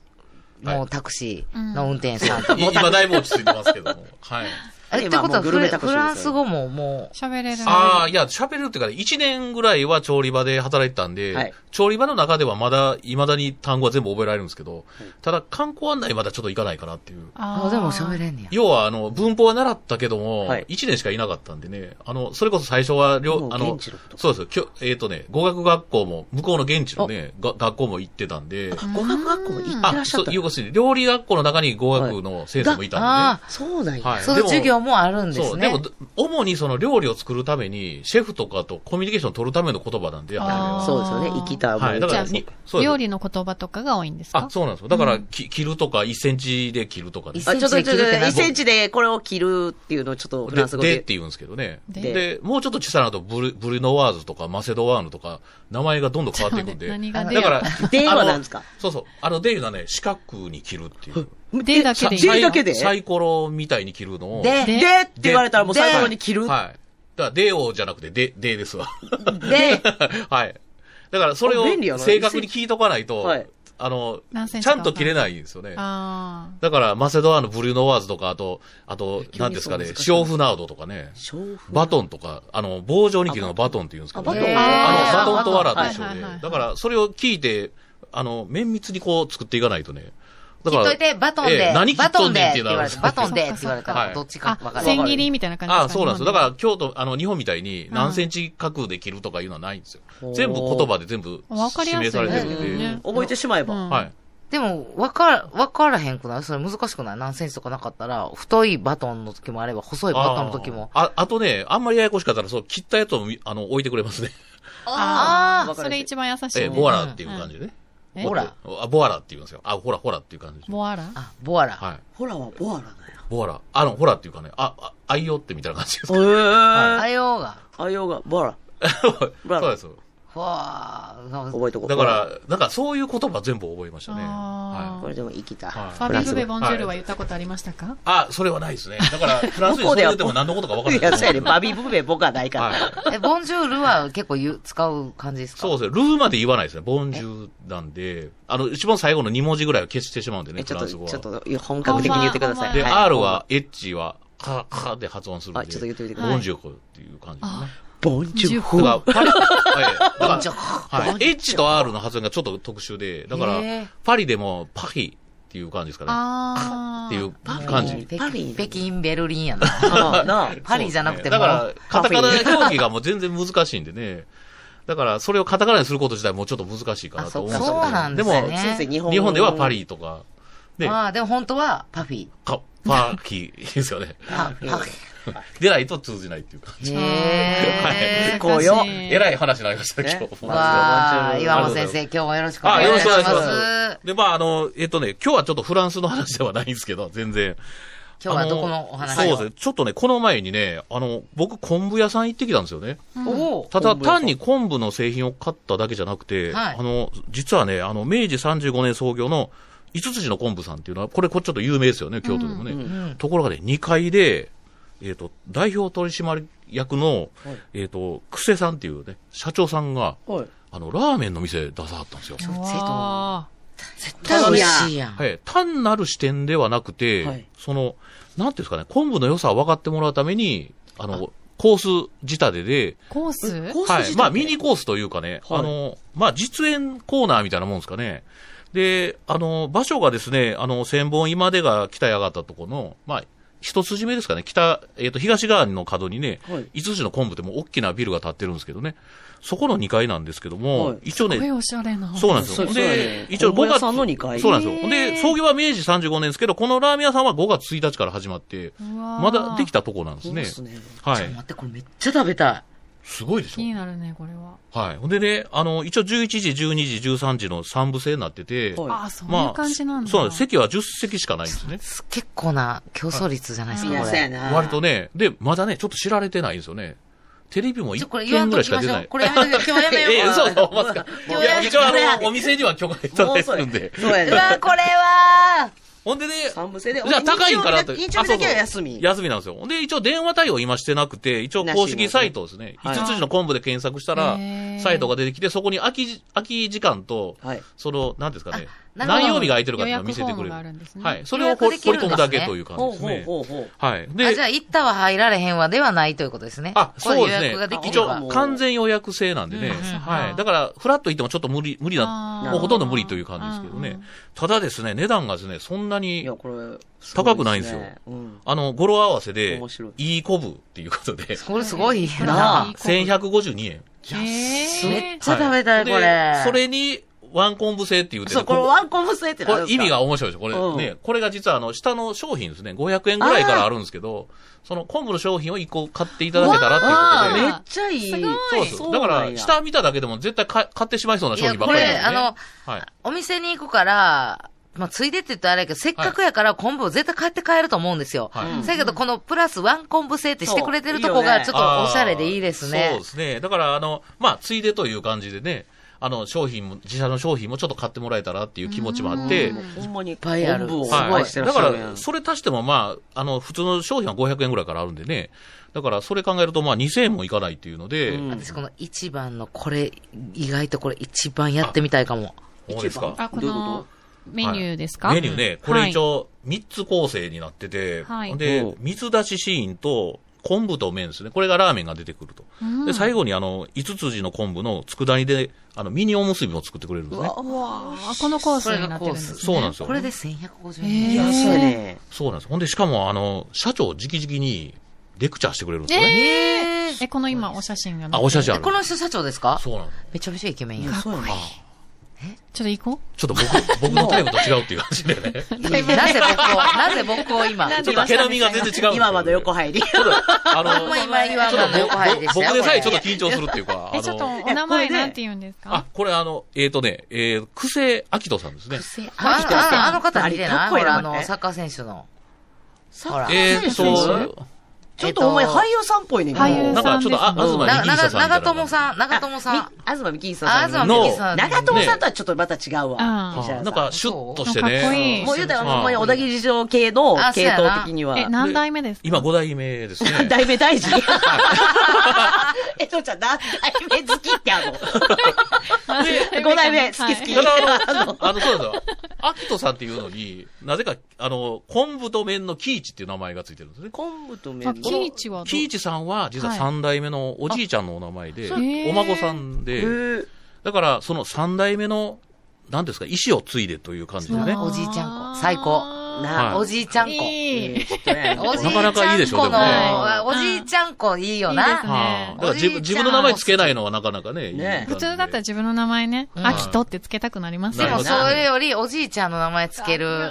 Speaker 1: ー
Speaker 5: はい
Speaker 1: もうタクシーの運転手さんと、
Speaker 5: い今だいぶ落ち着いてますけども。はい。
Speaker 1: え、って
Speaker 3: 今
Speaker 1: こと
Speaker 3: も
Speaker 1: は
Speaker 3: うグ
Speaker 1: フ
Speaker 3: ルメ
Speaker 1: レ、
Speaker 3: タクシーですよ
Speaker 1: フランス語ももう、
Speaker 4: 喋れる。
Speaker 5: ああ、いや、喋るっていうかね、1年ぐらいは調理場で働いてたんで、
Speaker 3: はい
Speaker 5: 調理場の中ではまだ、未だに単語は全部覚えられるんですけど、ただ観光案内まだちょっと行かないかなっていう。
Speaker 4: あー
Speaker 1: あ、でも喋れんねや。
Speaker 5: 要は、あの、文法は習ったけども、
Speaker 3: はい
Speaker 5: 1年しかいなかったんでね、あの、それこそ最初は、り
Speaker 3: も
Speaker 5: ょ
Speaker 3: う
Speaker 5: あの
Speaker 3: 現地のこと、
Speaker 5: そうですきょ、えっ、とね、語学学校も、向こうの現地のね、が学校も行ってたんで、
Speaker 3: 語学学校行ってらっ
Speaker 5: あ、
Speaker 3: しゃ
Speaker 5: そ
Speaker 3: っ
Speaker 5: う
Speaker 3: た、の
Speaker 5: 要するに、料理学校の中に語学の先生もいた
Speaker 1: あ
Speaker 3: そうなん
Speaker 5: んでね。
Speaker 3: や。
Speaker 5: はい。
Speaker 1: その授業もあるん
Speaker 5: で
Speaker 1: で
Speaker 5: も
Speaker 1: す
Speaker 5: そう、
Speaker 1: ね。
Speaker 5: でも、主にその料理を作るために、シェフとかとコミュニケーションを取るための言葉なんで、やっぱり
Speaker 4: あー
Speaker 5: ね
Speaker 3: そうですよね。生きたも
Speaker 5: はい。だ
Speaker 3: ん
Speaker 5: か
Speaker 4: じゃ
Speaker 5: ら
Speaker 4: あ
Speaker 5: に、そうです
Speaker 4: 料理の言葉とかが多いんですか
Speaker 5: あ、そうなんですよ。だから、き切るとか、1センチで切るとかね
Speaker 1: 一
Speaker 3: あ、ちょっと、ちょっと、1
Speaker 1: 1
Speaker 3: センチでこれを切るっていうのをちょっとフランス語
Speaker 5: でで
Speaker 3: で
Speaker 5: って。言うんですけどね。
Speaker 4: で
Speaker 5: で、もうちょっと小さなとブル、ブルノワーズとかマセドワーヌとか、名前がどんどん変わっていくんで。
Speaker 4: そう ね何が出
Speaker 5: だから、
Speaker 3: 出は
Speaker 5: あの
Speaker 3: 何ですか
Speaker 5: そうそう。あの、デイがね、四角に切るっ ていう。
Speaker 4: でだけでいい
Speaker 3: でだけで
Speaker 5: サイコロみたいに切るのを。
Speaker 3: で
Speaker 1: で、で、
Speaker 3: って言われたらもう最後に切る。
Speaker 5: はい。だから、デオじゃなくて、デ、デですわ。
Speaker 1: で、
Speaker 5: はい。だから、それを
Speaker 3: あ便利やな
Speaker 5: 正確に聞いとかないと、
Speaker 3: はい
Speaker 5: あの
Speaker 4: 何セン、チ
Speaker 5: ち
Speaker 4: か
Speaker 5: ゃ
Speaker 4: わか
Speaker 5: ん
Speaker 4: んない
Speaker 5: と切れないんですよね。
Speaker 4: あ
Speaker 5: だから、マセドアのブルーノワーズとか、あと、あと、
Speaker 3: 急に
Speaker 5: 何ですかね
Speaker 3: そう難、しい
Speaker 5: 塩フナウドとかね、
Speaker 3: 勝負
Speaker 5: バトンとか、あの、棒状に切るのをバトンって言うんですけど、
Speaker 3: あバトン
Speaker 5: あ
Speaker 1: へー
Speaker 5: の、バトンと
Speaker 1: バ
Speaker 5: ワ
Speaker 1: トン
Speaker 5: ラと一緒
Speaker 4: はいはい
Speaker 5: で
Speaker 4: はいはい、
Speaker 5: だから、それを聞いて、あの、綿密にこう作っていかないとね、だ
Speaker 1: 切っといて、バトンで
Speaker 5: ええ、何切
Speaker 1: バ
Speaker 5: っ
Speaker 1: ト
Speaker 5: と
Speaker 1: ン
Speaker 5: ん
Speaker 1: で
Speaker 5: ねん
Speaker 1: っ
Speaker 5: ってていう
Speaker 1: 言
Speaker 5: のは
Speaker 1: われ
Speaker 5: ある
Speaker 1: て、
Speaker 5: ん
Speaker 1: バトン
Speaker 4: そっか
Speaker 1: でって言わ れた
Speaker 4: そっ
Speaker 1: ら、
Speaker 5: か
Speaker 1: どっちか
Speaker 4: あ
Speaker 1: 分か、る。
Speaker 4: 千切りみたいな感じです
Speaker 5: あ
Speaker 4: か
Speaker 5: あ、そうなんですよ。だ
Speaker 4: 日
Speaker 5: か
Speaker 4: 本
Speaker 5: ら、京都、あの、日本みたいに何センチ角で切るとかいうのはないんですよ。
Speaker 3: うん
Speaker 5: 全部言葉で全部
Speaker 4: わかり
Speaker 5: 指
Speaker 4: やすい
Speaker 5: 名されてる
Speaker 4: です
Speaker 5: ん
Speaker 4: よ
Speaker 5: で。
Speaker 4: ね。
Speaker 3: 覚えてしまえば。
Speaker 4: うん
Speaker 5: はい。
Speaker 1: でも、わか、わからへんくないそれ難しくない何センチとかなかったら、太いバトンの時もあれば、細いバトンの時も。
Speaker 5: あーあ、あとね、あんまりややこしかったら、そう、切ったやつをみ、あの、置いてくれますね。
Speaker 4: あ
Speaker 3: わ
Speaker 4: あ、
Speaker 3: か
Speaker 4: そ
Speaker 3: る
Speaker 4: れ一番優しい
Speaker 5: え
Speaker 4: ね。
Speaker 5: え、ボアラっていう感じ
Speaker 4: う
Speaker 5: でね。
Speaker 4: んえ
Speaker 5: もっとあ、ボアラって言うんですよ。あ、ほらほらっていう感じです。
Speaker 4: ボアラ
Speaker 1: あ、ボアラ。
Speaker 5: はい。
Speaker 3: ほらはボアラ
Speaker 5: ボアラ。あの、ほらっていうかね、あ、あ、あいよってみたいな感じです。
Speaker 3: だよ。え
Speaker 1: あようが。
Speaker 3: ー。あようが、ボアラ。ラ
Speaker 5: そうです。
Speaker 1: ほわ
Speaker 3: 覚えとこう。
Speaker 5: だから、なんかそういう言葉全部覚えましたね。
Speaker 4: あー
Speaker 5: は
Speaker 3: これでも生きた。
Speaker 5: はい
Speaker 4: ファビルベ・ボンジュールは
Speaker 5: はい
Speaker 4: 言ったことありましたか
Speaker 5: あ、それはないですね。だから、フラン
Speaker 3: 向
Speaker 5: スで
Speaker 3: こ
Speaker 5: そうれ
Speaker 3: では
Speaker 5: 言っても何のことか分からないいです。
Speaker 3: や、そうやね。バビブベ僕はないから。
Speaker 5: はい。
Speaker 1: え、ボンジュールは結構言う、使う感じですか
Speaker 5: そうですね。ルーまで言わないですね。ボンジュールなんで、あの、一番最後の2文字ぐらいは消してしまうんでね、
Speaker 3: えち
Speaker 5: フ
Speaker 3: ょっ
Speaker 5: ラ
Speaker 3: と、
Speaker 5: ン
Speaker 3: ち
Speaker 5: ス語
Speaker 3: ょ
Speaker 5: は。
Speaker 3: っと、本格的に言ってください。
Speaker 5: で、
Speaker 3: い
Speaker 5: R は、、H は、カーカーで発音するんで。
Speaker 3: あちょっと言ってみてくだ
Speaker 4: さい
Speaker 5: ボンジュールっていう感じですね。
Speaker 3: ボンジュ
Speaker 5: だか
Speaker 3: フ。、
Speaker 5: らパリ、はい。だ
Speaker 1: ボ
Speaker 5: か
Speaker 1: ンジュ
Speaker 5: ら、
Speaker 1: ール
Speaker 5: はい。H と R の発音がちょっと特殊で、だか
Speaker 1: へ
Speaker 5: ら
Speaker 1: ー、
Speaker 5: パリでもパリっていう感じですかね。
Speaker 4: ああ。
Speaker 5: っていう感じ。
Speaker 1: 北
Speaker 3: パリ
Speaker 1: 北京ベルリンやな。
Speaker 3: あなあ
Speaker 1: パリじゃなくても
Speaker 5: そうですねだから、カタカ
Speaker 3: パフ
Speaker 5: ナ表記がもう全然難しいんでね。だから、それをカタカナにすること自体もうちょっと難しいかなと思うんですけど。
Speaker 1: あそっかそうなんですね
Speaker 5: でも、
Speaker 1: 先生
Speaker 3: 日
Speaker 5: 日本ではパ。リとか、で、
Speaker 1: まあ、でも本当は、パフィー。
Speaker 5: カパーキーですよね。
Speaker 1: パフィー。
Speaker 5: でないと通じないっていう感じ。
Speaker 1: へー。
Speaker 3: こうよ
Speaker 4: 難しい
Speaker 5: えらい話になりました、今
Speaker 3: ね
Speaker 5: 日。
Speaker 1: わ
Speaker 3: あ
Speaker 1: あ、
Speaker 3: り
Speaker 1: 岩
Speaker 5: がとう
Speaker 1: 本
Speaker 5: ござ
Speaker 1: 先
Speaker 5: います
Speaker 1: 生、今日もよろしくお
Speaker 5: あ、
Speaker 1: 願
Speaker 5: よ
Speaker 1: い
Speaker 5: ろ
Speaker 1: し
Speaker 5: しくお願いし
Speaker 1: ま
Speaker 5: ます
Speaker 1: す。。
Speaker 5: で、まあ、あの、えっとね、今日はちょっとフランスの話ではないんですけど、全然。
Speaker 1: 今日は
Speaker 5: あ
Speaker 1: どこのお話
Speaker 5: そうですね。ちょっとね、この前にね、あの、僕、昆布屋さん行ってきたんですよね。
Speaker 1: おお。
Speaker 5: ただ、
Speaker 3: 昆布屋さん
Speaker 5: 単に昆布の製品を買っただけじゃなくて、
Speaker 1: はい
Speaker 5: あの、実はね、あの、明治35年創業の五つ地の昆布さんっていうのは、これ、これちょっと有名ですよね、京都でもね。
Speaker 1: うん
Speaker 5: ところがね、2階で、えっ、と、代表取締役の、えっ、と、クセさんっていうね、社長さんが、
Speaker 3: はい。
Speaker 5: あの、ラーメンの店出さはったんですよ。
Speaker 4: あ
Speaker 1: 絶対美味しいやん。
Speaker 5: はい。単なる視点ではなくて、
Speaker 3: はい
Speaker 5: その、なんていうんですかね、昆布の良さを分かってもらうために、あの、コース仕立てで、
Speaker 4: ーコース
Speaker 3: コー
Speaker 5: は
Speaker 3: ス
Speaker 5: い。まあ、ミニコースというかね、
Speaker 3: はい
Speaker 5: あの、まあ、実演コーナーみたいなもんですかね。で、あの、場所がですね、あの、千本今出が北へ上がったところの、まあ、一筋目ですかね、北、えっ、と、東側の角にね、
Speaker 3: はい
Speaker 5: 五つの昆布ってもう大きなビルが建ってるんですけどね、そこの2階なんですけども、
Speaker 3: はい
Speaker 5: 一
Speaker 4: す
Speaker 5: 応
Speaker 4: ごい
Speaker 5: ね、
Speaker 4: おしゃれな。
Speaker 5: そうなんんです
Speaker 3: そう
Speaker 5: よ。
Speaker 3: そうやね
Speaker 5: で、一応
Speaker 3: 昆布
Speaker 5: 5
Speaker 3: 屋
Speaker 5: 月、
Speaker 3: さんの2階
Speaker 5: そうなんですよ。
Speaker 4: へー
Speaker 5: で、創業は明治35年ですけど、このラーメン屋さんは5月1日から始まって、ま
Speaker 4: ま
Speaker 5: だできたとこなんですね。
Speaker 3: そうですね
Speaker 5: は
Speaker 1: ちょっと
Speaker 5: い
Speaker 1: 待。って、これめっちゃ食べた
Speaker 5: すごいでしょ
Speaker 4: 気になるね、これは。
Speaker 5: はい。ほんでね、あの、一応11時、12時、13時の3部制になってて、
Speaker 3: はい
Speaker 4: ああ、そういう感じなんだ。
Speaker 5: そうなんです。席は10席しかないんですね
Speaker 1: い。。す結構な競争率じゃないです
Speaker 3: い
Speaker 1: か、
Speaker 3: や、
Speaker 1: こ
Speaker 3: そうや
Speaker 1: れ。
Speaker 3: な。
Speaker 5: 割とね、で、まだね、ちょっと知られてないんですよね。テレビも
Speaker 1: ちょ、
Speaker 5: 1
Speaker 1: これ言わ
Speaker 5: 件
Speaker 1: んと
Speaker 5: ぐらい
Speaker 1: き
Speaker 5: しか
Speaker 1: ま
Speaker 5: 出
Speaker 1: しょ
Speaker 5: な
Speaker 1: う。
Speaker 5: い。
Speaker 1: これやめよう。今日やめ よう。
Speaker 5: ええ、嘘だ、思いますか。い
Speaker 1: もう
Speaker 5: や、一応あ
Speaker 1: もうやめ
Speaker 5: の、お店には許可いた
Speaker 3: も
Speaker 5: だ
Speaker 3: う
Speaker 5: い
Speaker 3: そう
Speaker 5: て
Speaker 3: や
Speaker 5: るんで。
Speaker 3: そうや
Speaker 1: うわ、
Speaker 3: ね。
Speaker 1: これは、
Speaker 5: ほんでね、
Speaker 3: 三部制で。
Speaker 5: じゃあ高いんから
Speaker 3: 日曜
Speaker 5: と。
Speaker 3: 日だ日曜日だけは
Speaker 5: あそう
Speaker 3: 休
Speaker 5: そう
Speaker 3: み。
Speaker 5: 休みなんですよ。ほんで、一応電話対応今してなくて、一応公式サイトですね。
Speaker 3: なしのね
Speaker 5: 5つ字の昆布で検索したら
Speaker 4: へー、
Speaker 5: サイトが出てきて、そこに空きじ、空き時間と、
Speaker 3: はい。
Speaker 5: その、なんですかね。
Speaker 1: あなるほど
Speaker 5: 何曜日が空いてるかっていうのを見せて
Speaker 4: 予約フォーム
Speaker 5: くれ
Speaker 4: が
Speaker 5: る。
Speaker 4: あるんですね
Speaker 5: はい。それ
Speaker 1: 予
Speaker 5: を掘
Speaker 1: 約
Speaker 5: り
Speaker 1: できる
Speaker 5: 掘
Speaker 1: んですね
Speaker 5: り込むだけという感じ
Speaker 3: ほ
Speaker 5: で
Speaker 3: う
Speaker 5: す
Speaker 3: ほう
Speaker 5: ね。
Speaker 3: ほうほう。
Speaker 5: はい。
Speaker 1: あ、じゃあ
Speaker 5: で、
Speaker 1: 行ったは入られへんわではないということですね。
Speaker 5: あ、そうで
Speaker 1: こ
Speaker 5: す
Speaker 1: れ予約がで
Speaker 5: ね。
Speaker 1: き
Speaker 5: 一
Speaker 1: れ
Speaker 5: 応
Speaker 1: ば。、
Speaker 5: 完全予約制なんでね。
Speaker 1: うん
Speaker 5: はい。だから、フラッと行ってもちょっと無理、無理
Speaker 4: あ
Speaker 5: な、
Speaker 4: ー
Speaker 5: もうほとんど無理という感じですけど
Speaker 4: うんう
Speaker 5: ね
Speaker 4: ん。
Speaker 5: ただですね、値段がですね、そんないに
Speaker 3: や、、これ、
Speaker 5: 高くないんですよ
Speaker 3: ごねうん。
Speaker 5: あの、語呂合わせで
Speaker 3: 面白い、
Speaker 5: いいこぶっていうことで、
Speaker 1: これすごい
Speaker 3: なあ
Speaker 1: な。
Speaker 5: 1152円。
Speaker 4: 安
Speaker 1: めっ
Speaker 4: い。
Speaker 1: ちゃ食べたい、
Speaker 5: で
Speaker 1: これ。
Speaker 5: それに、ワンコンブ制って言うて
Speaker 3: そう、これ
Speaker 5: こ
Speaker 3: ワンコム制って
Speaker 5: こ
Speaker 3: な
Speaker 5: れ
Speaker 3: んですか
Speaker 5: 意味が面白いでしょこれ、
Speaker 3: うん
Speaker 5: ね。これが実はあの、下の商品ですね。500円ぐらいからあるんですけど、その昆布の商品を1個買っていただけたらって
Speaker 3: あ
Speaker 5: いうこ
Speaker 3: あ、め
Speaker 5: とで。
Speaker 3: っちゃいい。
Speaker 4: すごい
Speaker 5: そうです。
Speaker 3: そう
Speaker 5: だか
Speaker 3: なん
Speaker 5: ら、
Speaker 3: や
Speaker 5: 下見ただけでも絶対買買ってしまいそうな商品ばっかりなんで、ね。
Speaker 1: いやこ
Speaker 5: れ、あの、はい。
Speaker 1: お店に行くから、まあ、ついでって言ったらあれやけど、せっかくやから昆布を絶対買って帰ると思うんですよ。
Speaker 5: はい
Speaker 1: せやけど、このプラスワン昆布制ってしてくれてるとこが、ち
Speaker 3: そ
Speaker 1: ょっとおしゃれでいいです
Speaker 5: あーそう
Speaker 1: ね
Speaker 5: で。すね。だから、あの、まあ、ついでという感じでね、あの、商品も、自社の商品もちょっと買ってもらえたらっていう気持ちもあって、
Speaker 3: ほんまに、いっ
Speaker 1: ぱいある
Speaker 3: を
Speaker 1: すご
Speaker 5: はいい。
Speaker 3: してら
Speaker 5: だ
Speaker 3: っしゃ
Speaker 5: か
Speaker 3: るやん
Speaker 5: ら、それ足してもまあ、あの、普通の商品は500円ぐらいからあるんでね。だから、それ考えるとまあ、2000円もいかないっていうので、
Speaker 3: うん
Speaker 1: 私この一番のこれ、意外とこれ一番やってみたいかも。
Speaker 5: どうですか
Speaker 4: あ、こ
Speaker 3: どういうこ
Speaker 4: のメニューですか
Speaker 5: メニューね、これ一応3つ構成になってて、
Speaker 4: はい
Speaker 5: で
Speaker 3: おう、
Speaker 5: 水出しシーンと、昆布と麺ですね。これがラーメンが出てくると。で、最後にあの、五筋の昆布の佃煮で、あの、ミニおむすびも作ってくれるんですね。
Speaker 4: わあ、このコースになってるんですね。
Speaker 5: そうなんですよ。
Speaker 1: これで1150
Speaker 4: へ
Speaker 1: 円。
Speaker 4: え
Speaker 3: いや、そうやね。
Speaker 5: そうなんです。ほんで、しかも、あの、社長直々にレクチャーしてくれるんですよ
Speaker 4: え
Speaker 5: ね。
Speaker 4: ー、え、この今お写真が。
Speaker 5: あ、お写真あ
Speaker 1: え
Speaker 5: る。
Speaker 1: この人社長ですか
Speaker 5: そうなんです。
Speaker 1: めちゃめちゃイケメンや。
Speaker 3: そうやね。
Speaker 4: ちょっと行こ
Speaker 5: ちょっと僕、僕のタイプと違うっていう感じでね。
Speaker 1: なぜ僕を、なぜ僕を今。
Speaker 4: なん
Speaker 5: ち
Speaker 4: で
Speaker 5: ょっと毛並みが全然違うんですよ
Speaker 3: 今まで横入り。
Speaker 5: ちょっと、あの、
Speaker 1: ほんま今言わん
Speaker 5: ちょっ
Speaker 1: の
Speaker 5: と
Speaker 1: 横入りでした
Speaker 5: ぼ
Speaker 1: よ
Speaker 5: 僕でさえ
Speaker 1: こ
Speaker 5: ちょ
Speaker 1: れ
Speaker 5: っと緊張するっていうか、
Speaker 4: う。え、ちょっとお名
Speaker 3: いや
Speaker 4: 前
Speaker 3: これね
Speaker 4: なんて言うんです
Speaker 5: あ
Speaker 4: か、
Speaker 5: これあの、えっ、とね、えー、久世明人さんですね。
Speaker 1: あ
Speaker 3: 秋田さん
Speaker 1: ああの方見てな
Speaker 3: あれかっ
Speaker 1: い
Speaker 3: こ
Speaker 1: ほ
Speaker 3: いいな
Speaker 1: ら、あの、
Speaker 3: ね
Speaker 1: サッカー選手の。
Speaker 3: サッ
Speaker 1: ほら。
Speaker 5: えっ、
Speaker 3: そうです
Speaker 5: と、
Speaker 3: ちょっとお前俳優さんっぽいねんけど。
Speaker 4: 俳優さ
Speaker 5: なんかちょっと、あ、東
Speaker 3: うん
Speaker 1: な
Speaker 5: 幹
Speaker 1: 長
Speaker 5: 久さんみたいな。
Speaker 1: 長友さん、長友さん。
Speaker 3: あずまみきんさん。
Speaker 1: あ、東美樹さん。
Speaker 3: 長友さんとはちょっとまた違うわ。
Speaker 4: うん
Speaker 3: 石原さ
Speaker 5: なんか、シュッとして
Speaker 4: かっこ
Speaker 5: ね。
Speaker 4: いい
Speaker 3: もう言うたら
Speaker 5: まあ
Speaker 3: ほんまに小田切城系の
Speaker 1: あそう
Speaker 3: 系
Speaker 1: やな
Speaker 3: 統的には。
Speaker 4: え、何代目ですか
Speaker 5: 今5代目ですね。
Speaker 3: 大名大臣 え、とちゃん、何代目好きってあるの ?5 代目、好き好き。
Speaker 5: ただあ
Speaker 3: あ
Speaker 5: の
Speaker 3: の、
Speaker 5: あの、そうなんですよ。アキトさんっていうのに、なぜか、あの、昆布と麺のキイチっていう名前がついてるんですね。
Speaker 3: 昆布と
Speaker 4: あ
Speaker 3: 麺
Speaker 4: キイチはど
Speaker 5: キイチさんは、実は
Speaker 4: はい
Speaker 5: 三代目のおじいちゃんのお名前で、
Speaker 4: そうへー
Speaker 5: お孫さんで、
Speaker 3: え
Speaker 5: だから、その三代目の、なんですか、意思を継いでという感じですね。
Speaker 1: おじいちゃん子最高
Speaker 5: はい
Speaker 1: おじいちゃんこ。
Speaker 4: いい。
Speaker 1: おじいち
Speaker 5: なか
Speaker 1: ゃ
Speaker 5: なん
Speaker 1: こ
Speaker 5: かいいでしょ
Speaker 1: の、
Speaker 5: でもね
Speaker 1: あおじいちゃんこいいよ
Speaker 4: いいです
Speaker 1: な。
Speaker 4: ね
Speaker 5: はいだから自
Speaker 1: おじい
Speaker 5: 分
Speaker 1: ちゃん
Speaker 5: 自分の名前つけないのはなかなかね、いい
Speaker 3: ね
Speaker 5: 感
Speaker 4: 普
Speaker 5: じで
Speaker 4: 通だったら自分の名前ね、
Speaker 1: うん
Speaker 4: アキトってつけたくなります
Speaker 1: で
Speaker 5: なる
Speaker 1: も
Speaker 5: ほど
Speaker 1: それよりおじいちゃんの名前つける、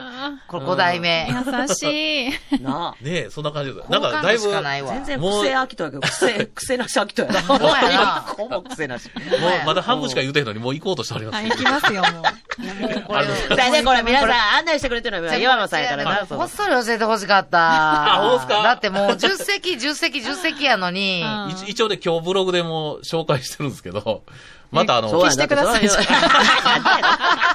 Speaker 1: これ5代目。
Speaker 4: 優しい。
Speaker 3: なあ。
Speaker 5: ねえ、そんな感じです。な
Speaker 1: 好
Speaker 5: んか、
Speaker 1: 感
Speaker 5: だい
Speaker 1: 度
Speaker 5: ぶ、
Speaker 1: しかないわ。
Speaker 3: 全然
Speaker 5: もう
Speaker 3: 癖飽きとやけど、 癖、癖なし飽きと やな。
Speaker 1: ほんまやな
Speaker 3: 一個も癖なし。
Speaker 5: もうまだ半分しか言うてへんのに、もう行こうとしております
Speaker 4: あ、
Speaker 5: ね
Speaker 4: 行きますよ、もう。
Speaker 1: これ
Speaker 5: あの
Speaker 3: だいたいこれ皆さん案内してくれてるのは岩間さんやからな。そ
Speaker 1: こっ
Speaker 3: の
Speaker 1: そり教えてほしかった。
Speaker 5: あほんすか
Speaker 1: だってもう10席、10席、10席やのに。
Speaker 4: うん
Speaker 5: 一一応ね、今日ブログでも紹介してるんですけど、またあ の、
Speaker 3: そうや
Speaker 4: 消してください
Speaker 3: だってそうや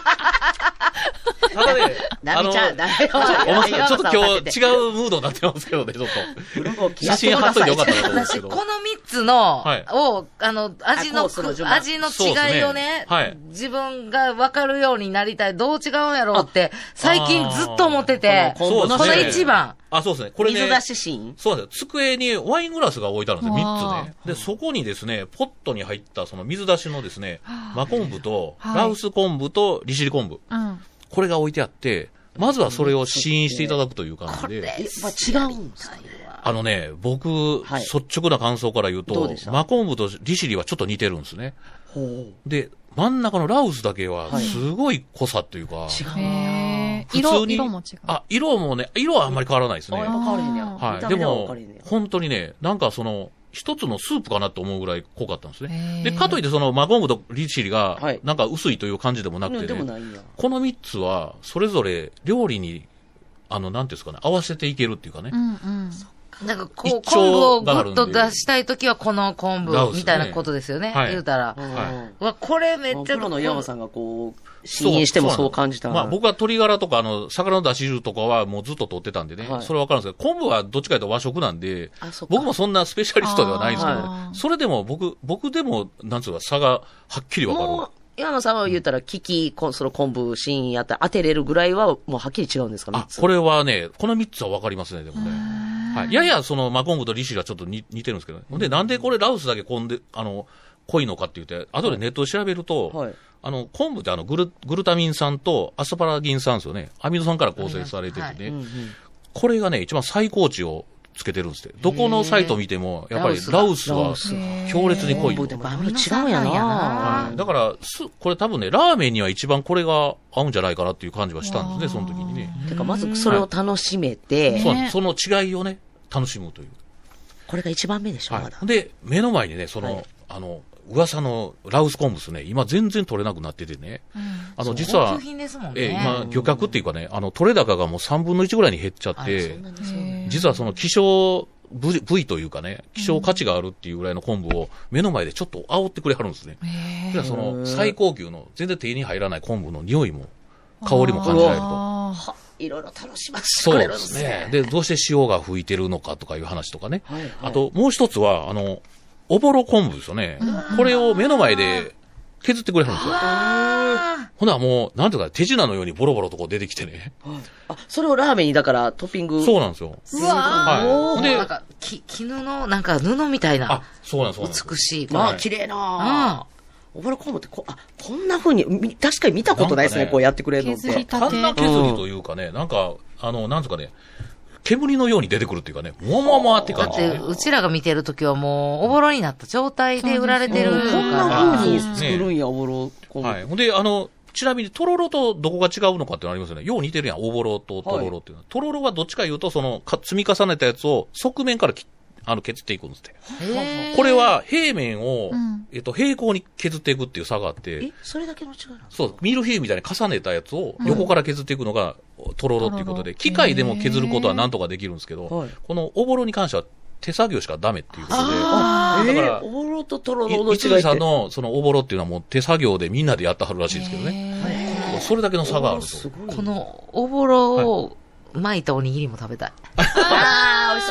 Speaker 5: ただね、
Speaker 3: ダメちゃう、ダメよ。
Speaker 5: お前さんちょっと今
Speaker 3: てて
Speaker 5: 日違うムードになってますけどね、ちょっ
Speaker 3: ブログを
Speaker 5: と。
Speaker 3: 消
Speaker 5: 写
Speaker 3: して
Speaker 5: 真
Speaker 3: く
Speaker 5: 貼
Speaker 3: ださい
Speaker 5: っといてよかったなと思うんで
Speaker 1: 私、
Speaker 5: すけ
Speaker 1: こ
Speaker 5: ど。
Speaker 1: の3つの
Speaker 5: はい、
Speaker 1: を、あの、味
Speaker 3: あコ
Speaker 1: の
Speaker 3: ースの
Speaker 1: く、
Speaker 3: 順番
Speaker 1: 味の違いをね
Speaker 5: そうですねはい、
Speaker 1: 自分が分かるようになりたい。どう違うんやろうって、最近ずっと思って
Speaker 3: あ
Speaker 1: て
Speaker 3: ー。この
Speaker 5: そうですね
Speaker 1: この一番。
Speaker 5: あ、そうですね。これね。
Speaker 3: 水出しシーン
Speaker 5: そうなんですよ。机にワイングラスが置いてあるんですよ、
Speaker 4: わ
Speaker 5: 3
Speaker 4: あ
Speaker 5: つね。で、そこにですね、ポットに入ったその水出しのですね、真昆布と、
Speaker 4: はい
Speaker 5: 羅臼昆布と利尻昆布。
Speaker 4: うん。
Speaker 5: これが置いてあって、まずはそれを試飲していただくという感じで。
Speaker 3: え、まあ、違うんですか
Speaker 5: あのね、僕、
Speaker 3: はい
Speaker 5: 率直な感想から言う
Speaker 3: ど
Speaker 5: と
Speaker 3: うでし、た
Speaker 5: マコンブと利尻はちょっと似てるんですね。
Speaker 3: ほう。違
Speaker 5: で、真ん中のラウスだけは、
Speaker 3: はい
Speaker 5: すごい濃さっていうか、
Speaker 3: う
Speaker 4: へー
Speaker 5: 普
Speaker 4: 色、
Speaker 5: 通に
Speaker 4: 色も違う。
Speaker 5: あ、色もね、色はあんまり変わらないですね。
Speaker 3: あれも変わるんねや。
Speaker 5: は
Speaker 3: 見
Speaker 5: い。
Speaker 3: た
Speaker 5: で
Speaker 3: 目は分
Speaker 5: も
Speaker 3: かるんね、や
Speaker 5: 本当にね、なんかその、一つのスープかなと思うぐらい濃かったんですね。
Speaker 4: へー
Speaker 5: で、かといってその、マコンブとリチリが
Speaker 3: はい、
Speaker 5: なんか薄いという感じでもなく
Speaker 3: うん
Speaker 5: て
Speaker 3: でもな
Speaker 5: ね、
Speaker 3: いんや。
Speaker 5: この三つは、それぞれ料理に、あの、なんていうんですかね、合わせていけるっていうかね
Speaker 4: う。んうん。
Speaker 1: なんかこう、
Speaker 5: 一丁
Speaker 1: 昆布をグ
Speaker 5: がある
Speaker 1: ッ
Speaker 5: んで
Speaker 1: と出したいときはこの昆
Speaker 5: ラオ
Speaker 1: 布
Speaker 5: ス
Speaker 1: みたいなことですよね。
Speaker 5: はい
Speaker 1: 言うたら。
Speaker 3: うん
Speaker 5: は
Speaker 1: うわ、これめっちゃ。
Speaker 3: プロの岩間さんがこう、試飲してもそう感じた。
Speaker 5: まあ僕は鶏ガラとか、あの、魚の出汁汁とかはもうずっと取ってたんでね、
Speaker 3: はい
Speaker 5: それはわかるんですけど、昆布はどっちかというと和食なんで
Speaker 3: あそっ、か
Speaker 5: 僕もそんなスペシャリストではないんですけ
Speaker 4: あー
Speaker 5: ど、それでも僕、僕でも、なんつうか、差がはっきりわかる。
Speaker 3: もう、岩野さんは言ったら、キキ、こその昆布、シーンやったら当てれるぐらいは、もうはっきり違うんですか
Speaker 5: あ
Speaker 3: ね。、
Speaker 5: これはね、この3つは分かりますね、でもね。はい。やや、その、マコングとリシがちょっと似似てるんですけどね。ほんで、なんでこれラウスだけ混んで、あの、濃いのかって言って、後でネットで調べると、
Speaker 3: はい
Speaker 5: あの、昆布ってあのグル、グルタミン酸とアスパラギン酸ですよね。アミノ酸から構成されててね。
Speaker 1: はい
Speaker 3: うんうん
Speaker 5: これがね、一番最高値をつけてるんですって。どこのサイト見ても、やっぱり
Speaker 1: ラ
Speaker 5: ラ
Speaker 1: ウ
Speaker 5: ウ
Speaker 1: ス
Speaker 5: ス
Speaker 3: が
Speaker 5: は強烈に濃い
Speaker 3: 昆布で
Speaker 5: と
Speaker 3: もあんまり違うんやな。
Speaker 5: はいだから、す、これ多分ね、ラーメンには一番これが合うんじゃないかなっていう感じはしたんですね、その時にね。
Speaker 3: てか、まずそれを楽しめて、
Speaker 5: そうなん
Speaker 4: ね
Speaker 5: ですその違いをね、楽しむという。
Speaker 3: これが一番目でしょ、まだ。
Speaker 5: で、目の前にね、その、
Speaker 3: はい
Speaker 5: あの、噂のラウス昆布ですね、今全然取れなくなっててね、あの、実
Speaker 1: 高
Speaker 5: は
Speaker 1: 級、品ですもん
Speaker 5: ええ
Speaker 1: ね。
Speaker 5: 今、漁獲っていうかね、あの、取れ高がもう3分の1ぐらいに減っちゃっ
Speaker 1: あらそ
Speaker 5: て
Speaker 1: んな、に
Speaker 5: 実はその希少部部位というかね、希少価値があるっていうぐらいの昆布を目の前でちょっと煽ってくれはるんですね。じゃその最高級の全然手に入らない昆布の匂いも、香りも感じられると。
Speaker 4: あー
Speaker 3: いろいろ楽しませて
Speaker 5: そ
Speaker 3: く
Speaker 5: う
Speaker 3: れ
Speaker 5: で
Speaker 3: るんですすね。
Speaker 5: ね。で、どうして潮が吹いてるのかとかいう話とかね。
Speaker 3: はいはい
Speaker 5: あと、もう一つは、あの、おぼろ昆布ですよね。これを目の前で、削ってくれはるんですよ。ほな、もう、なんていうか、手品のようにボロボロとこう出てきてね。
Speaker 3: あ、それをラーメンにだからトッピング。
Speaker 5: そうなんですよ。
Speaker 1: うわ
Speaker 5: は
Speaker 1: ー
Speaker 5: い。で
Speaker 1: なん、か、き絹の、なんか布みたい
Speaker 5: あ
Speaker 1: な、、
Speaker 5: そうなんです、そうなんです。
Speaker 1: 美しい。
Speaker 3: ま
Speaker 5: は
Speaker 3: あ、
Speaker 5: い
Speaker 3: 綺麗
Speaker 1: う
Speaker 3: なぁ。
Speaker 1: ん。
Speaker 3: おばらこんぶってこ、あ、こんな風に、み確かに見たことないですね、
Speaker 5: なんかね
Speaker 3: こうやってくれるのっ
Speaker 4: 削り
Speaker 3: て。
Speaker 4: たて。
Speaker 5: な削りというかね、なんか、あの、なんとかね、煙のように出てくるっていうかね、もわもわって
Speaker 1: だ
Speaker 5: 感
Speaker 1: っ
Speaker 5: じで
Speaker 1: て、
Speaker 5: ね。
Speaker 1: うちらが見てるときはもう、おぼろになった状態で売られてる
Speaker 4: そう
Speaker 1: か
Speaker 4: ですよ
Speaker 3: こん
Speaker 1: ら。
Speaker 3: な風に
Speaker 5: はい
Speaker 3: 作るんや、おぼろこんぶ。
Speaker 5: はい。ほんで、あの、ちなみに、とろろとどこが違うのかってのありますよね。よう似てるやん、おぼろととろろっていうのは。とろろはどっちかいうと、その、か積み重ねたやつを側面からきあの、削っていくんですって。
Speaker 1: へー
Speaker 5: これ、は平面を、
Speaker 4: うん
Speaker 5: えっと、平行に削っていくっていう差があっ
Speaker 3: え
Speaker 5: て、、
Speaker 3: それだけの違いなの
Speaker 5: そう、ミルフィーユみたいに重ねたやつを横から削っていくのが、とろろっていうこと
Speaker 4: うん
Speaker 5: で、機械でも削ることはなんとかできるんですけど、
Speaker 3: はい
Speaker 5: このおぼろに関しては手作業しかダメっていうことで、
Speaker 3: あ、え
Speaker 5: だか
Speaker 3: ー、
Speaker 5: ら
Speaker 3: おぼろととろろの違
Speaker 5: い
Speaker 3: い
Speaker 5: 一
Speaker 3: って。
Speaker 5: 時さんのそのおぼろっていうのはもう手作業でみんなでやったはるらしいですけどね。
Speaker 4: ね。
Speaker 5: それだけの差があると。
Speaker 3: す
Speaker 5: そ
Speaker 3: ごい。
Speaker 1: こ、の、おぼろを巻いたおにぎりも食べたい。
Speaker 3: あー、美味し
Speaker 5: うで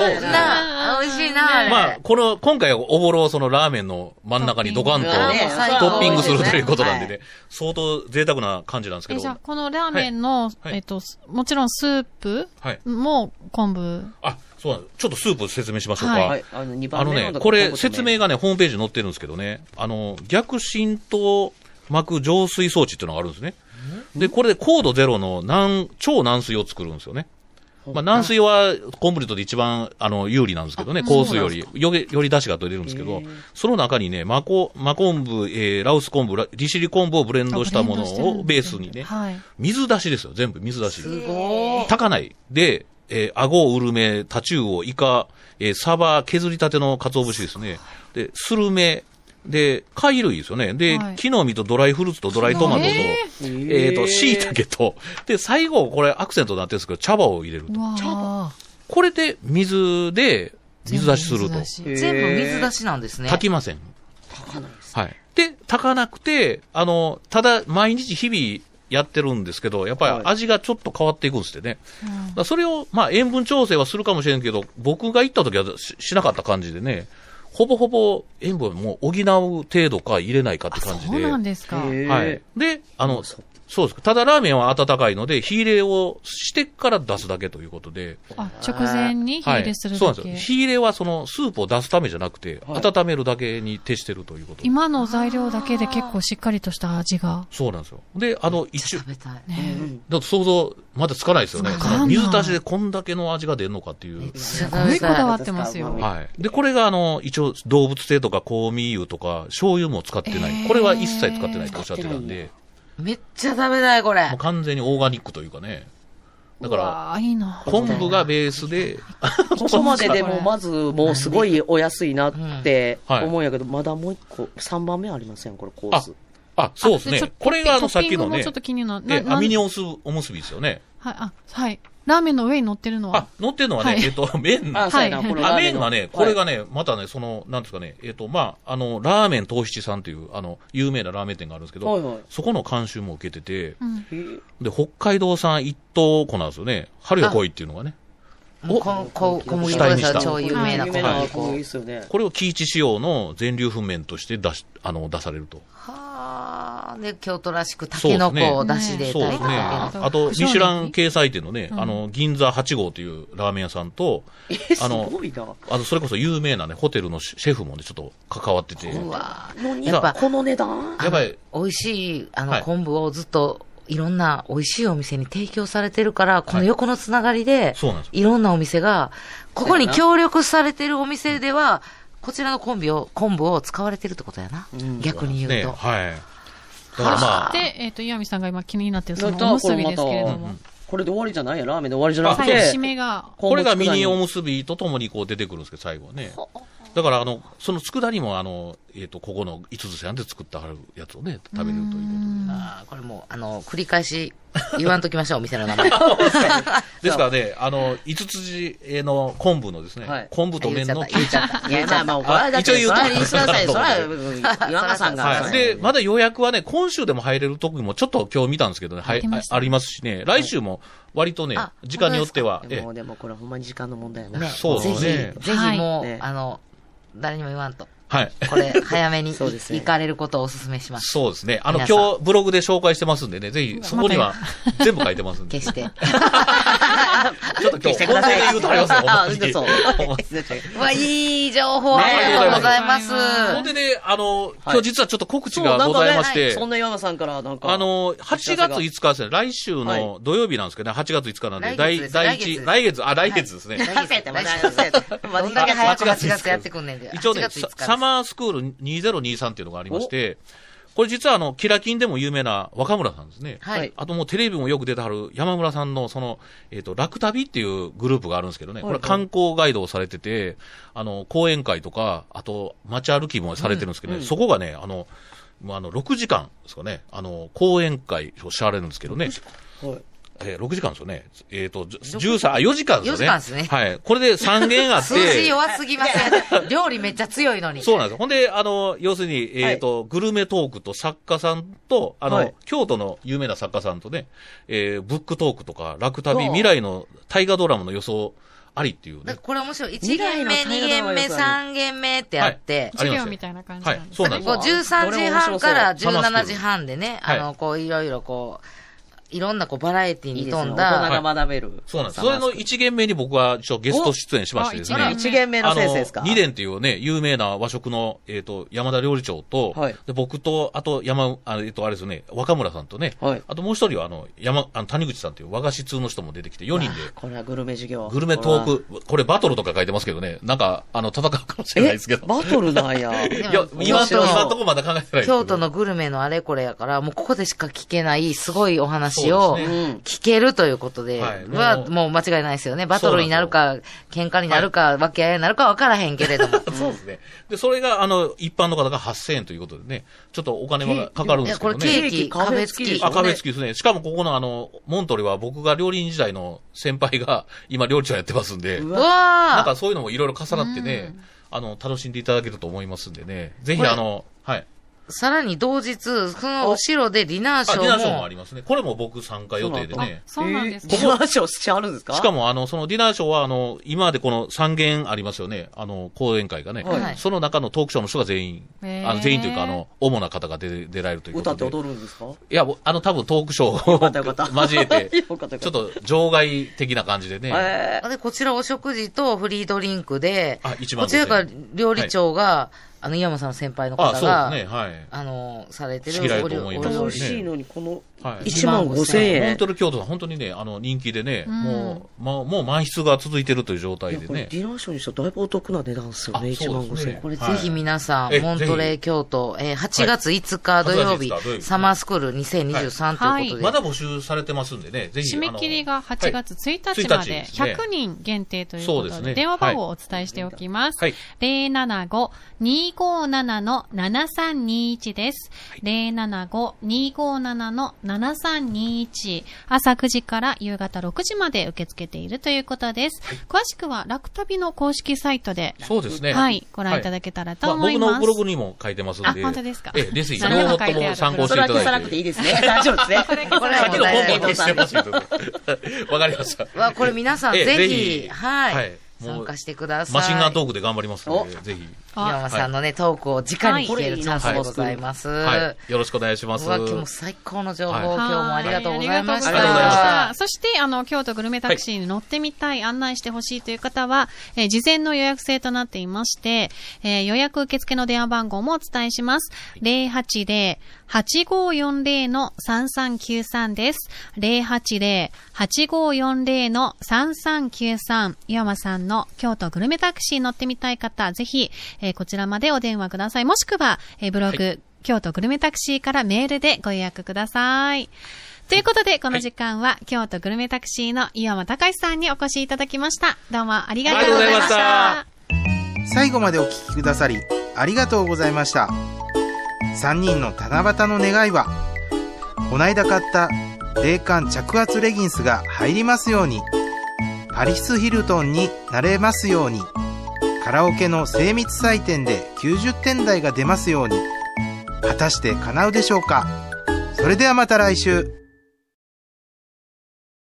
Speaker 5: す
Speaker 3: い
Speaker 5: ね。
Speaker 1: なあ美味しいなあれ
Speaker 5: まあ、この、今回はおぼろをそのラーメンの真ん中にドカンと
Speaker 3: うわ
Speaker 1: もう最高
Speaker 5: トッピングすると
Speaker 1: 美味し
Speaker 5: いうことなんで
Speaker 3: は
Speaker 5: ね、相当贅沢な感じなんですけ
Speaker 4: え、
Speaker 5: ど
Speaker 4: じゃ。あ、このラーメンの、
Speaker 5: はい
Speaker 4: えっと、すもちろんスープ
Speaker 5: はい
Speaker 4: も昆布。
Speaker 5: あ、そうなんです。ちょっとスープ説明しましょうか。
Speaker 4: は
Speaker 3: はい、あの、2
Speaker 5: あ
Speaker 3: 番
Speaker 5: の
Speaker 3: 目
Speaker 5: ね、これ説明がね、ホームページに載ってるんですけどね、あの、逆浸透膜浄水装置っていうのがあるんですね。で、これで高度ゼロの軟、超軟水を作るんですよね。まあ、軟水はコンブリートで一番、あの、有利なんですけどね、硬水より、より、より出汁が取れるんですけど、その中にね、マコ、マ昆布、えー、ラウス昆布、ラ利尻昆布をブレンドしたも
Speaker 4: あブレンドしてるん
Speaker 5: の
Speaker 4: で
Speaker 5: を
Speaker 4: す
Speaker 5: ベースにね、
Speaker 4: はい。
Speaker 5: 水出しですよ、全部水出し。
Speaker 1: すごい。
Speaker 5: 高ない。で、えー、顎、ウルメ、タチウオ、イカ、えーサバ、削りたての鰹節ですね。で、スルメ、で、貝類ですよね。で、
Speaker 4: はい
Speaker 5: 木の実とドライフルーツとドライトマトと、
Speaker 4: え
Speaker 5: え
Speaker 4: ー
Speaker 5: っ、と、椎茸と、で、最後、これアクセントになってるんですけど、茶葉を入れると。
Speaker 4: わあ。
Speaker 5: これで、水で、水出しすると。
Speaker 1: 全部水出しなんですね。
Speaker 5: 炊きません。はい。で、炊かなくて、あの、ただ、毎日日々やってるんですけど、やっぱり味がちょっと変わっていくんですってね。だからそれを、まあ、塩分調整はするかもしれんけど、僕が行った時はししなかった感じでね、ほぼほぼ塩分もう補う程度か入れないかって感じ
Speaker 4: そう
Speaker 5: で。
Speaker 4: なんですか。
Speaker 5: はい。で、あの、そうです。ただラーメンは温かいので、火入れをしてから出すだけということで。
Speaker 4: あ、直前に火
Speaker 5: は
Speaker 4: 入
Speaker 5: い。
Speaker 4: れする
Speaker 5: そうな
Speaker 4: だ
Speaker 5: んです
Speaker 4: け
Speaker 5: よ。。火入れはそのスープを出すためじゃなくて、
Speaker 3: はい
Speaker 5: 温めるだけに徹してるということで。
Speaker 4: 今の材料だけで結構しっかりとした味が。
Speaker 5: そうなんですよ。で、あの、一応
Speaker 1: 食、べたい。
Speaker 4: ね
Speaker 5: だと想像、まだつかないですよね。
Speaker 4: つ
Speaker 5: そ
Speaker 4: かない
Speaker 5: の水出しでこんだけの味が出るのかっていう。
Speaker 1: す
Speaker 4: すごいこだわってますよ。
Speaker 5: はい。で、これが、あの、一応、動物性とか香味油とか、醤油も使ってない。
Speaker 4: えー
Speaker 5: これは一切使ってないとおっしゃってたんで、
Speaker 1: めっちゃ食べたい、これ
Speaker 5: もう。完全にオーガニックというかね。だか
Speaker 4: う
Speaker 5: ら、
Speaker 4: わあ、いいな。
Speaker 5: 昆布がベースで、
Speaker 3: ここまででも、まず、もうすごいお安いなって
Speaker 5: はい
Speaker 3: 思うんやけど、まだもう一個、3番目ありません、これ、コー
Speaker 5: あ
Speaker 3: ス。、
Speaker 5: あ、そうです
Speaker 4: あちょ
Speaker 5: ね
Speaker 4: っ。と
Speaker 5: これが、あの、
Speaker 4: ト
Speaker 5: さ
Speaker 4: ッ
Speaker 5: っ
Speaker 4: ピン
Speaker 5: き
Speaker 4: グ
Speaker 5: の
Speaker 4: も
Speaker 5: ね
Speaker 4: ちょっ、と気になる。
Speaker 5: え
Speaker 4: な
Speaker 5: アミニ
Speaker 4: な
Speaker 5: オスおむすびですよね。
Speaker 4: はい、あ、はい。ラーメンの上に乗ってるの
Speaker 5: あ
Speaker 4: は。、
Speaker 5: 乗ってるのはね、
Speaker 4: はい
Speaker 5: えっと、麺
Speaker 3: あ、そうやな、
Speaker 4: はい
Speaker 3: このラー
Speaker 5: あ、
Speaker 3: メン
Speaker 5: 麺
Speaker 3: の
Speaker 5: がね、これがね、またね、その、なんですかね、えっ、と、まあ、あの、ラーメン東七さんという、あの、有名なラーメン店があるんですけど、
Speaker 3: はいはい
Speaker 5: そこの監修も受けてて、
Speaker 4: うん。
Speaker 3: はい
Speaker 5: で、北海道産一等粉なんですよね。春よ来いっていうのがね。
Speaker 1: もうここ小麦粉ですよ、超有名な小
Speaker 3: 有名
Speaker 1: 麦粉。
Speaker 3: な小麦粉ですよね。
Speaker 5: これを喜一仕様の全粒粉麺として出し、あの、出されると。
Speaker 1: はあ、で、京都らしく、タケノコを出汁で
Speaker 5: そうで
Speaker 1: 炊いた
Speaker 5: すね。
Speaker 1: だ
Speaker 5: あ
Speaker 1: けの。
Speaker 5: あと、
Speaker 4: 胡椒
Speaker 5: ミ
Speaker 4: の
Speaker 5: シュラン掲載店のね、あの、銀座8号というラーメン屋さんと、
Speaker 3: え、す
Speaker 5: あの
Speaker 3: ごいな。
Speaker 5: あと、それこそ有名なね、ホテルのシェフもね、ちょっと関わってて、
Speaker 1: うわ
Speaker 3: のに
Speaker 5: やっぱ
Speaker 3: この値段
Speaker 5: やばい、
Speaker 1: 美味しい、あ
Speaker 5: は
Speaker 1: の、
Speaker 5: い
Speaker 1: 昆布をずっと、いろんな美味しいお店に提供されてるから、この横のつながりで、
Speaker 5: そうなんですよ
Speaker 1: いろんなお店が、ここに協力されてるお店では、こちらのコンビを、昆布を使われてるってことやな。逆に言
Speaker 5: ね、
Speaker 1: うと。
Speaker 5: はい。だからまあ、
Speaker 4: で、えっと、岩見さんが今気になってるそ
Speaker 3: だ
Speaker 4: の
Speaker 3: と
Speaker 4: おむすびですけれど
Speaker 3: これ
Speaker 4: も
Speaker 3: ま。これで終わりじゃないや、ラーメンで終わりじゃなく
Speaker 4: 最後、
Speaker 3: て
Speaker 4: 締。めが。
Speaker 5: これがミニお
Speaker 3: む
Speaker 5: むすびとともにこう出てくるんですけど、最後はね。だから、あの、その佃煮も、あの、えっ、と、ここの五つ線で作ってはるやつをね、食べれるというこ
Speaker 1: あーこれもう、あの、繰り返し言わんときましょう、お店の名前。
Speaker 5: とで。ですからね、あの、五つ字の昆布のですね、
Speaker 3: はい
Speaker 5: 昆布と麺
Speaker 1: 言
Speaker 5: の
Speaker 1: っちゃった。
Speaker 3: いや、まあまあ、これはだって、
Speaker 5: 一応言うと
Speaker 3: それは西川さん、
Speaker 5: と
Speaker 3: そ
Speaker 5: 思
Speaker 3: れ
Speaker 5: って
Speaker 3: は、岩間さんが。
Speaker 5: はい。で、まだ予約はね、今週でも入れる時もちょっと今日見たんですけどね、は
Speaker 4: 入っ
Speaker 5: い
Speaker 4: てまし、た
Speaker 5: あありますしね、来週も割とね
Speaker 1: あ、
Speaker 5: 時間によっては、
Speaker 3: で
Speaker 5: え
Speaker 3: も、でもこれほんまに時間の問題やな。
Speaker 1: ね、
Speaker 5: そうですね
Speaker 1: ぜひ、ぜひもう、
Speaker 3: ね
Speaker 1: あの、誰にも言わんと。
Speaker 5: えはい。
Speaker 1: これ、早めに
Speaker 3: そうですね
Speaker 1: 行かれることをお勧めします。
Speaker 5: そうですね。あの、
Speaker 1: 皆さん
Speaker 5: 今日ブログで紹介してますんでね、ぜひそこには全部書いてますんで。
Speaker 1: 決 して。
Speaker 5: ちょっと今日、本当で言うとありますよ。
Speaker 3: あ、
Speaker 5: 本当に
Speaker 3: そう。
Speaker 5: ほんまに
Speaker 1: うわ、いい情報あ
Speaker 3: ねえ
Speaker 1: りがとうございま
Speaker 4: あ
Speaker 5: ほん
Speaker 1: す。
Speaker 5: でね、あの、今
Speaker 3: はい
Speaker 5: 日実はちょっと告知
Speaker 3: そう、
Speaker 5: が
Speaker 3: なん
Speaker 5: ご
Speaker 3: か
Speaker 5: ざいまし
Speaker 3: ね、
Speaker 5: て
Speaker 3: そ、んな岩間さんから、なんか。
Speaker 5: あの、8月5日ですね、来週
Speaker 3: はい
Speaker 5: の土曜日なんですけどね、8月5日なんで、
Speaker 1: 来月です
Speaker 5: 第1、来月、あ、来月ですね。
Speaker 1: 来月
Speaker 3: 来月
Speaker 1: どんだけ早く8
Speaker 5: 8月
Speaker 1: 月やってくんねんで。
Speaker 5: 一応
Speaker 1: 8
Speaker 5: ね、
Speaker 1: 月
Speaker 5: サ
Speaker 1: 5日
Speaker 5: サマースクール2023っていうのがありまして、これ実はあの、キラキンでも有名な若村さんですね。
Speaker 1: はい。
Speaker 5: あともうテレビもよく出てはる山村さんのその、えっ、と、楽旅っていうグループがあるんですけどね、これ観光ガイドをされてて、あの、講演会とか、あと街歩きもされてるんですけどね、そこがね、あの、まあ、あの、6時間ですかね、あの、講演会をしゃれるんですけどね、
Speaker 3: はい
Speaker 5: えー、6時間ですよね。えっ、と、13、あ、4時間です
Speaker 1: 4時
Speaker 5: よね。
Speaker 1: 間ですね
Speaker 5: はい。これで3件あって。
Speaker 1: 数字弱すぎません。料理めっちゃ強いのに。
Speaker 5: そうなんです。ほんで、あの、要するに、えっ、と、グルメトークと作家さんと、あの、
Speaker 3: はい
Speaker 5: 京都の有名な作家さんとね、えー、ブックトークとか、楽旅、未来の大河ドラマの予想ありっていう
Speaker 1: なん
Speaker 5: ね
Speaker 1: か。これ面白い。1
Speaker 3: 未来
Speaker 1: 限
Speaker 3: の
Speaker 1: 目、
Speaker 3: 大河ド
Speaker 1: 2
Speaker 3: ラ
Speaker 1: 限
Speaker 3: マ
Speaker 1: 目、
Speaker 3: 予想あ
Speaker 1: 3限目ってあって、
Speaker 5: あ
Speaker 4: 授
Speaker 5: りますよ
Speaker 4: 業みたいな感じ
Speaker 5: は
Speaker 4: ないん、です
Speaker 5: そうなんで
Speaker 1: こ
Speaker 5: す
Speaker 1: う13時半から
Speaker 5: どれも面白そう
Speaker 1: 17時半でね、
Speaker 5: はい
Speaker 1: あの、こういろいろこう、いろんなこうバラエティ
Speaker 3: いい
Speaker 1: に
Speaker 3: ですね。大人
Speaker 1: 富んだ、
Speaker 5: は
Speaker 3: が学べる。
Speaker 5: そうなんです。それの1限目に僕は一応ゲスト出演しましてです
Speaker 4: おあ
Speaker 5: ね。
Speaker 3: 一限目の先生ですか
Speaker 5: あの、二連っていうね、有名な和食の、えっ、と、山田料理長と、
Speaker 3: はい
Speaker 5: で僕と、あと山、あのえっ、と、あれですよね、若村さんとね、
Speaker 3: はい
Speaker 5: あともう一人は、あの、山、あの、谷口さんという和菓子通の人も出てきて、4人で、
Speaker 3: これはグルメ授業。
Speaker 5: グルメトーク、これバトルとか書いてますけどね、なんか、あの、戦うかもし
Speaker 3: これ
Speaker 5: れない
Speaker 3: は。
Speaker 5: ですけ
Speaker 3: え、
Speaker 5: ど。
Speaker 3: バトルなんや。
Speaker 5: いや、
Speaker 1: でも
Speaker 5: 今んとこ、
Speaker 1: 京都
Speaker 5: 今んとこまだ考えてないですけど。
Speaker 1: 京都のグルメのあれこれやから、もうここでしか聞けないすごいお話
Speaker 5: そ
Speaker 1: を
Speaker 5: うですね
Speaker 3: うん。
Speaker 1: 聞けるということで、
Speaker 5: はい
Speaker 1: は
Speaker 5: もう
Speaker 1: もう間違いないですよね。バトルになるか、喧嘩になるか、分け合いになるか分からへんけれども。
Speaker 5: そうですね。で、それが、あの、一般の方が8000円ということでね、ちょっとお金はかかるん
Speaker 1: い
Speaker 5: で
Speaker 1: や
Speaker 5: すけ
Speaker 1: こ
Speaker 5: ど
Speaker 1: れ
Speaker 5: ね。
Speaker 1: ケーキ、壁付き。
Speaker 3: ケーキ
Speaker 5: あ、
Speaker 3: 壁
Speaker 5: 壁付きですね。しかもここのあの、モントリは僕が料理人時代の先輩が今料理長やってますんで、
Speaker 1: う
Speaker 3: う
Speaker 5: なんか
Speaker 1: わ
Speaker 5: そういうのもいろいろ重なってね、あの、楽しんでいただけると思いますんでね、ぜひあの、はい。
Speaker 1: ーさらに同日、その後ろでディナーシ
Speaker 5: あ、
Speaker 1: ョ
Speaker 5: ディナーショー
Speaker 1: ー
Speaker 5: もあ
Speaker 1: も、
Speaker 5: りますね。これも僕参加予定で
Speaker 3: そうなん
Speaker 4: そうな
Speaker 5: ね。
Speaker 4: んです
Speaker 3: ディナーショーしてあるんですか
Speaker 5: しかも、あの、そのディナーショーは、あの、今までこの3件ありますよね。あの、講演会がね。
Speaker 1: はい
Speaker 5: その中のトークショーの人が全員、
Speaker 4: へー
Speaker 5: あの全員というか、あの、主な方が出、出られるというこ
Speaker 3: 歌
Speaker 5: と
Speaker 3: って
Speaker 5: で。
Speaker 3: 踊るんですかよ
Speaker 5: いや、ぼあの、多分トークショーを
Speaker 3: かったよかった。
Speaker 5: 交えて、
Speaker 3: よかったよかった。
Speaker 5: ちょっと場外的な感じでね。
Speaker 3: え
Speaker 1: で、こちらお食事とフリードリンクで、
Speaker 5: あ、一番
Speaker 1: こちらが料理長が、あの、井山さんの先輩の
Speaker 5: あ、
Speaker 1: 方
Speaker 5: そう
Speaker 1: が、
Speaker 5: ですね。はい。
Speaker 1: あの、されてる
Speaker 5: 仕切られると思い
Speaker 3: ー、
Speaker 5: ま
Speaker 3: 美
Speaker 1: お料理
Speaker 5: す
Speaker 3: 味しいのに、この、
Speaker 5: はい。
Speaker 3: 1万5千
Speaker 5: モン
Speaker 3: 円。
Speaker 5: トル京都は本当にね、あの、人気でね、
Speaker 4: ん
Speaker 5: もう、ま、もう満室が続いてるという状態
Speaker 3: いや、
Speaker 5: で
Speaker 3: これ
Speaker 5: ね
Speaker 3: デ。ィナーショーにしたらだいぶお得な値段ですよね、
Speaker 5: あ
Speaker 3: 1万5
Speaker 5: そう
Speaker 3: 千
Speaker 5: です
Speaker 3: 円
Speaker 5: ね。
Speaker 1: これぜひ皆さん、
Speaker 5: はいえ
Speaker 1: モントレ
Speaker 5: ぜ
Speaker 1: ー京都、えー8月5日土曜日、
Speaker 5: 8月5日土曜日
Speaker 1: サマースクール2023と
Speaker 4: はい
Speaker 1: いうことで、
Speaker 5: まだ募集されてますんでね、ぜひ。
Speaker 4: 締め切りが8月1
Speaker 5: 1
Speaker 4: 日
Speaker 5: 日
Speaker 4: まで
Speaker 5: ですね
Speaker 4: 100人限定というこ
Speaker 5: そうで
Speaker 4: と
Speaker 5: す
Speaker 4: で、
Speaker 5: ね
Speaker 4: 電話番号をお伝えしておきます。
Speaker 5: はい
Speaker 4: 075-257-7321です。075-257-7321。朝9時から夕方6時まで受け付けているということです。詳しくは楽旅の公式サイトで、
Speaker 5: あのそうですね。
Speaker 4: はい、ご覧いただけたらと思い
Speaker 5: まあ、
Speaker 4: ます。
Speaker 5: 僕のブログにも書いてますんで。
Speaker 4: あ本当ですか
Speaker 5: ええ、ですよ。
Speaker 4: 何で
Speaker 5: 両
Speaker 4: も
Speaker 5: 方
Speaker 4: 書いてあ
Speaker 5: と
Speaker 4: る
Speaker 5: も参考し
Speaker 3: そ
Speaker 5: てい
Speaker 3: れ
Speaker 5: た
Speaker 3: は
Speaker 5: だ
Speaker 3: 消さ
Speaker 5: いて。
Speaker 3: なくていいです ね。大丈夫ですね。
Speaker 1: これは
Speaker 5: さっ
Speaker 1: も
Speaker 5: き
Speaker 1: う大丈
Speaker 5: の本
Speaker 1: 夫
Speaker 5: も消してますよ。 わかりました。
Speaker 1: わこれ皆さん
Speaker 5: ええ
Speaker 1: ぜ
Speaker 5: ぜ
Speaker 1: ひ、
Speaker 5: ひ
Speaker 1: はい、
Speaker 5: はいもう
Speaker 1: 参加してください。
Speaker 5: マシンガント
Speaker 1: ー
Speaker 5: ークで頑張りますので、ぜひ。
Speaker 1: 井山さんのね、トークを直に聞けるチャンスでございます。
Speaker 5: はい。よろしくお願いします。
Speaker 1: うわ今日も最高の情報、
Speaker 5: はい
Speaker 1: 今日もありがとうございまし。
Speaker 5: はいありがとうございました
Speaker 4: そして、あの、京都グルメタクシーに乗ってみたい、案内してほしいという方は、えー事前の予約制となっていまして、えー予約受付の電話番号もお伝えします。080-8540-3393です。080-8540-3393岩間さんの京都グルメタクシーに乗ってみたい方、ぜひ、えーこちらまでお電話ください。もしくは、えーブログ、京都グルメタクシーからメールでご予約ください。ということで、この時間は、京都グルメタクシーの岩間隆さんにお越しいただきました。どうもありがとうございま
Speaker 5: ありがとうござい
Speaker 4: し
Speaker 5: ましたた。
Speaker 2: 最後までお聞きくださりありがとうございました3人の七夕の願いはこないだ買った冷感着圧レギンスが入りますようにパリス・ヒルトンになれますようにカラオケの精密採点で90点台が出ますように果たして叶うでしょうかそれではまた来週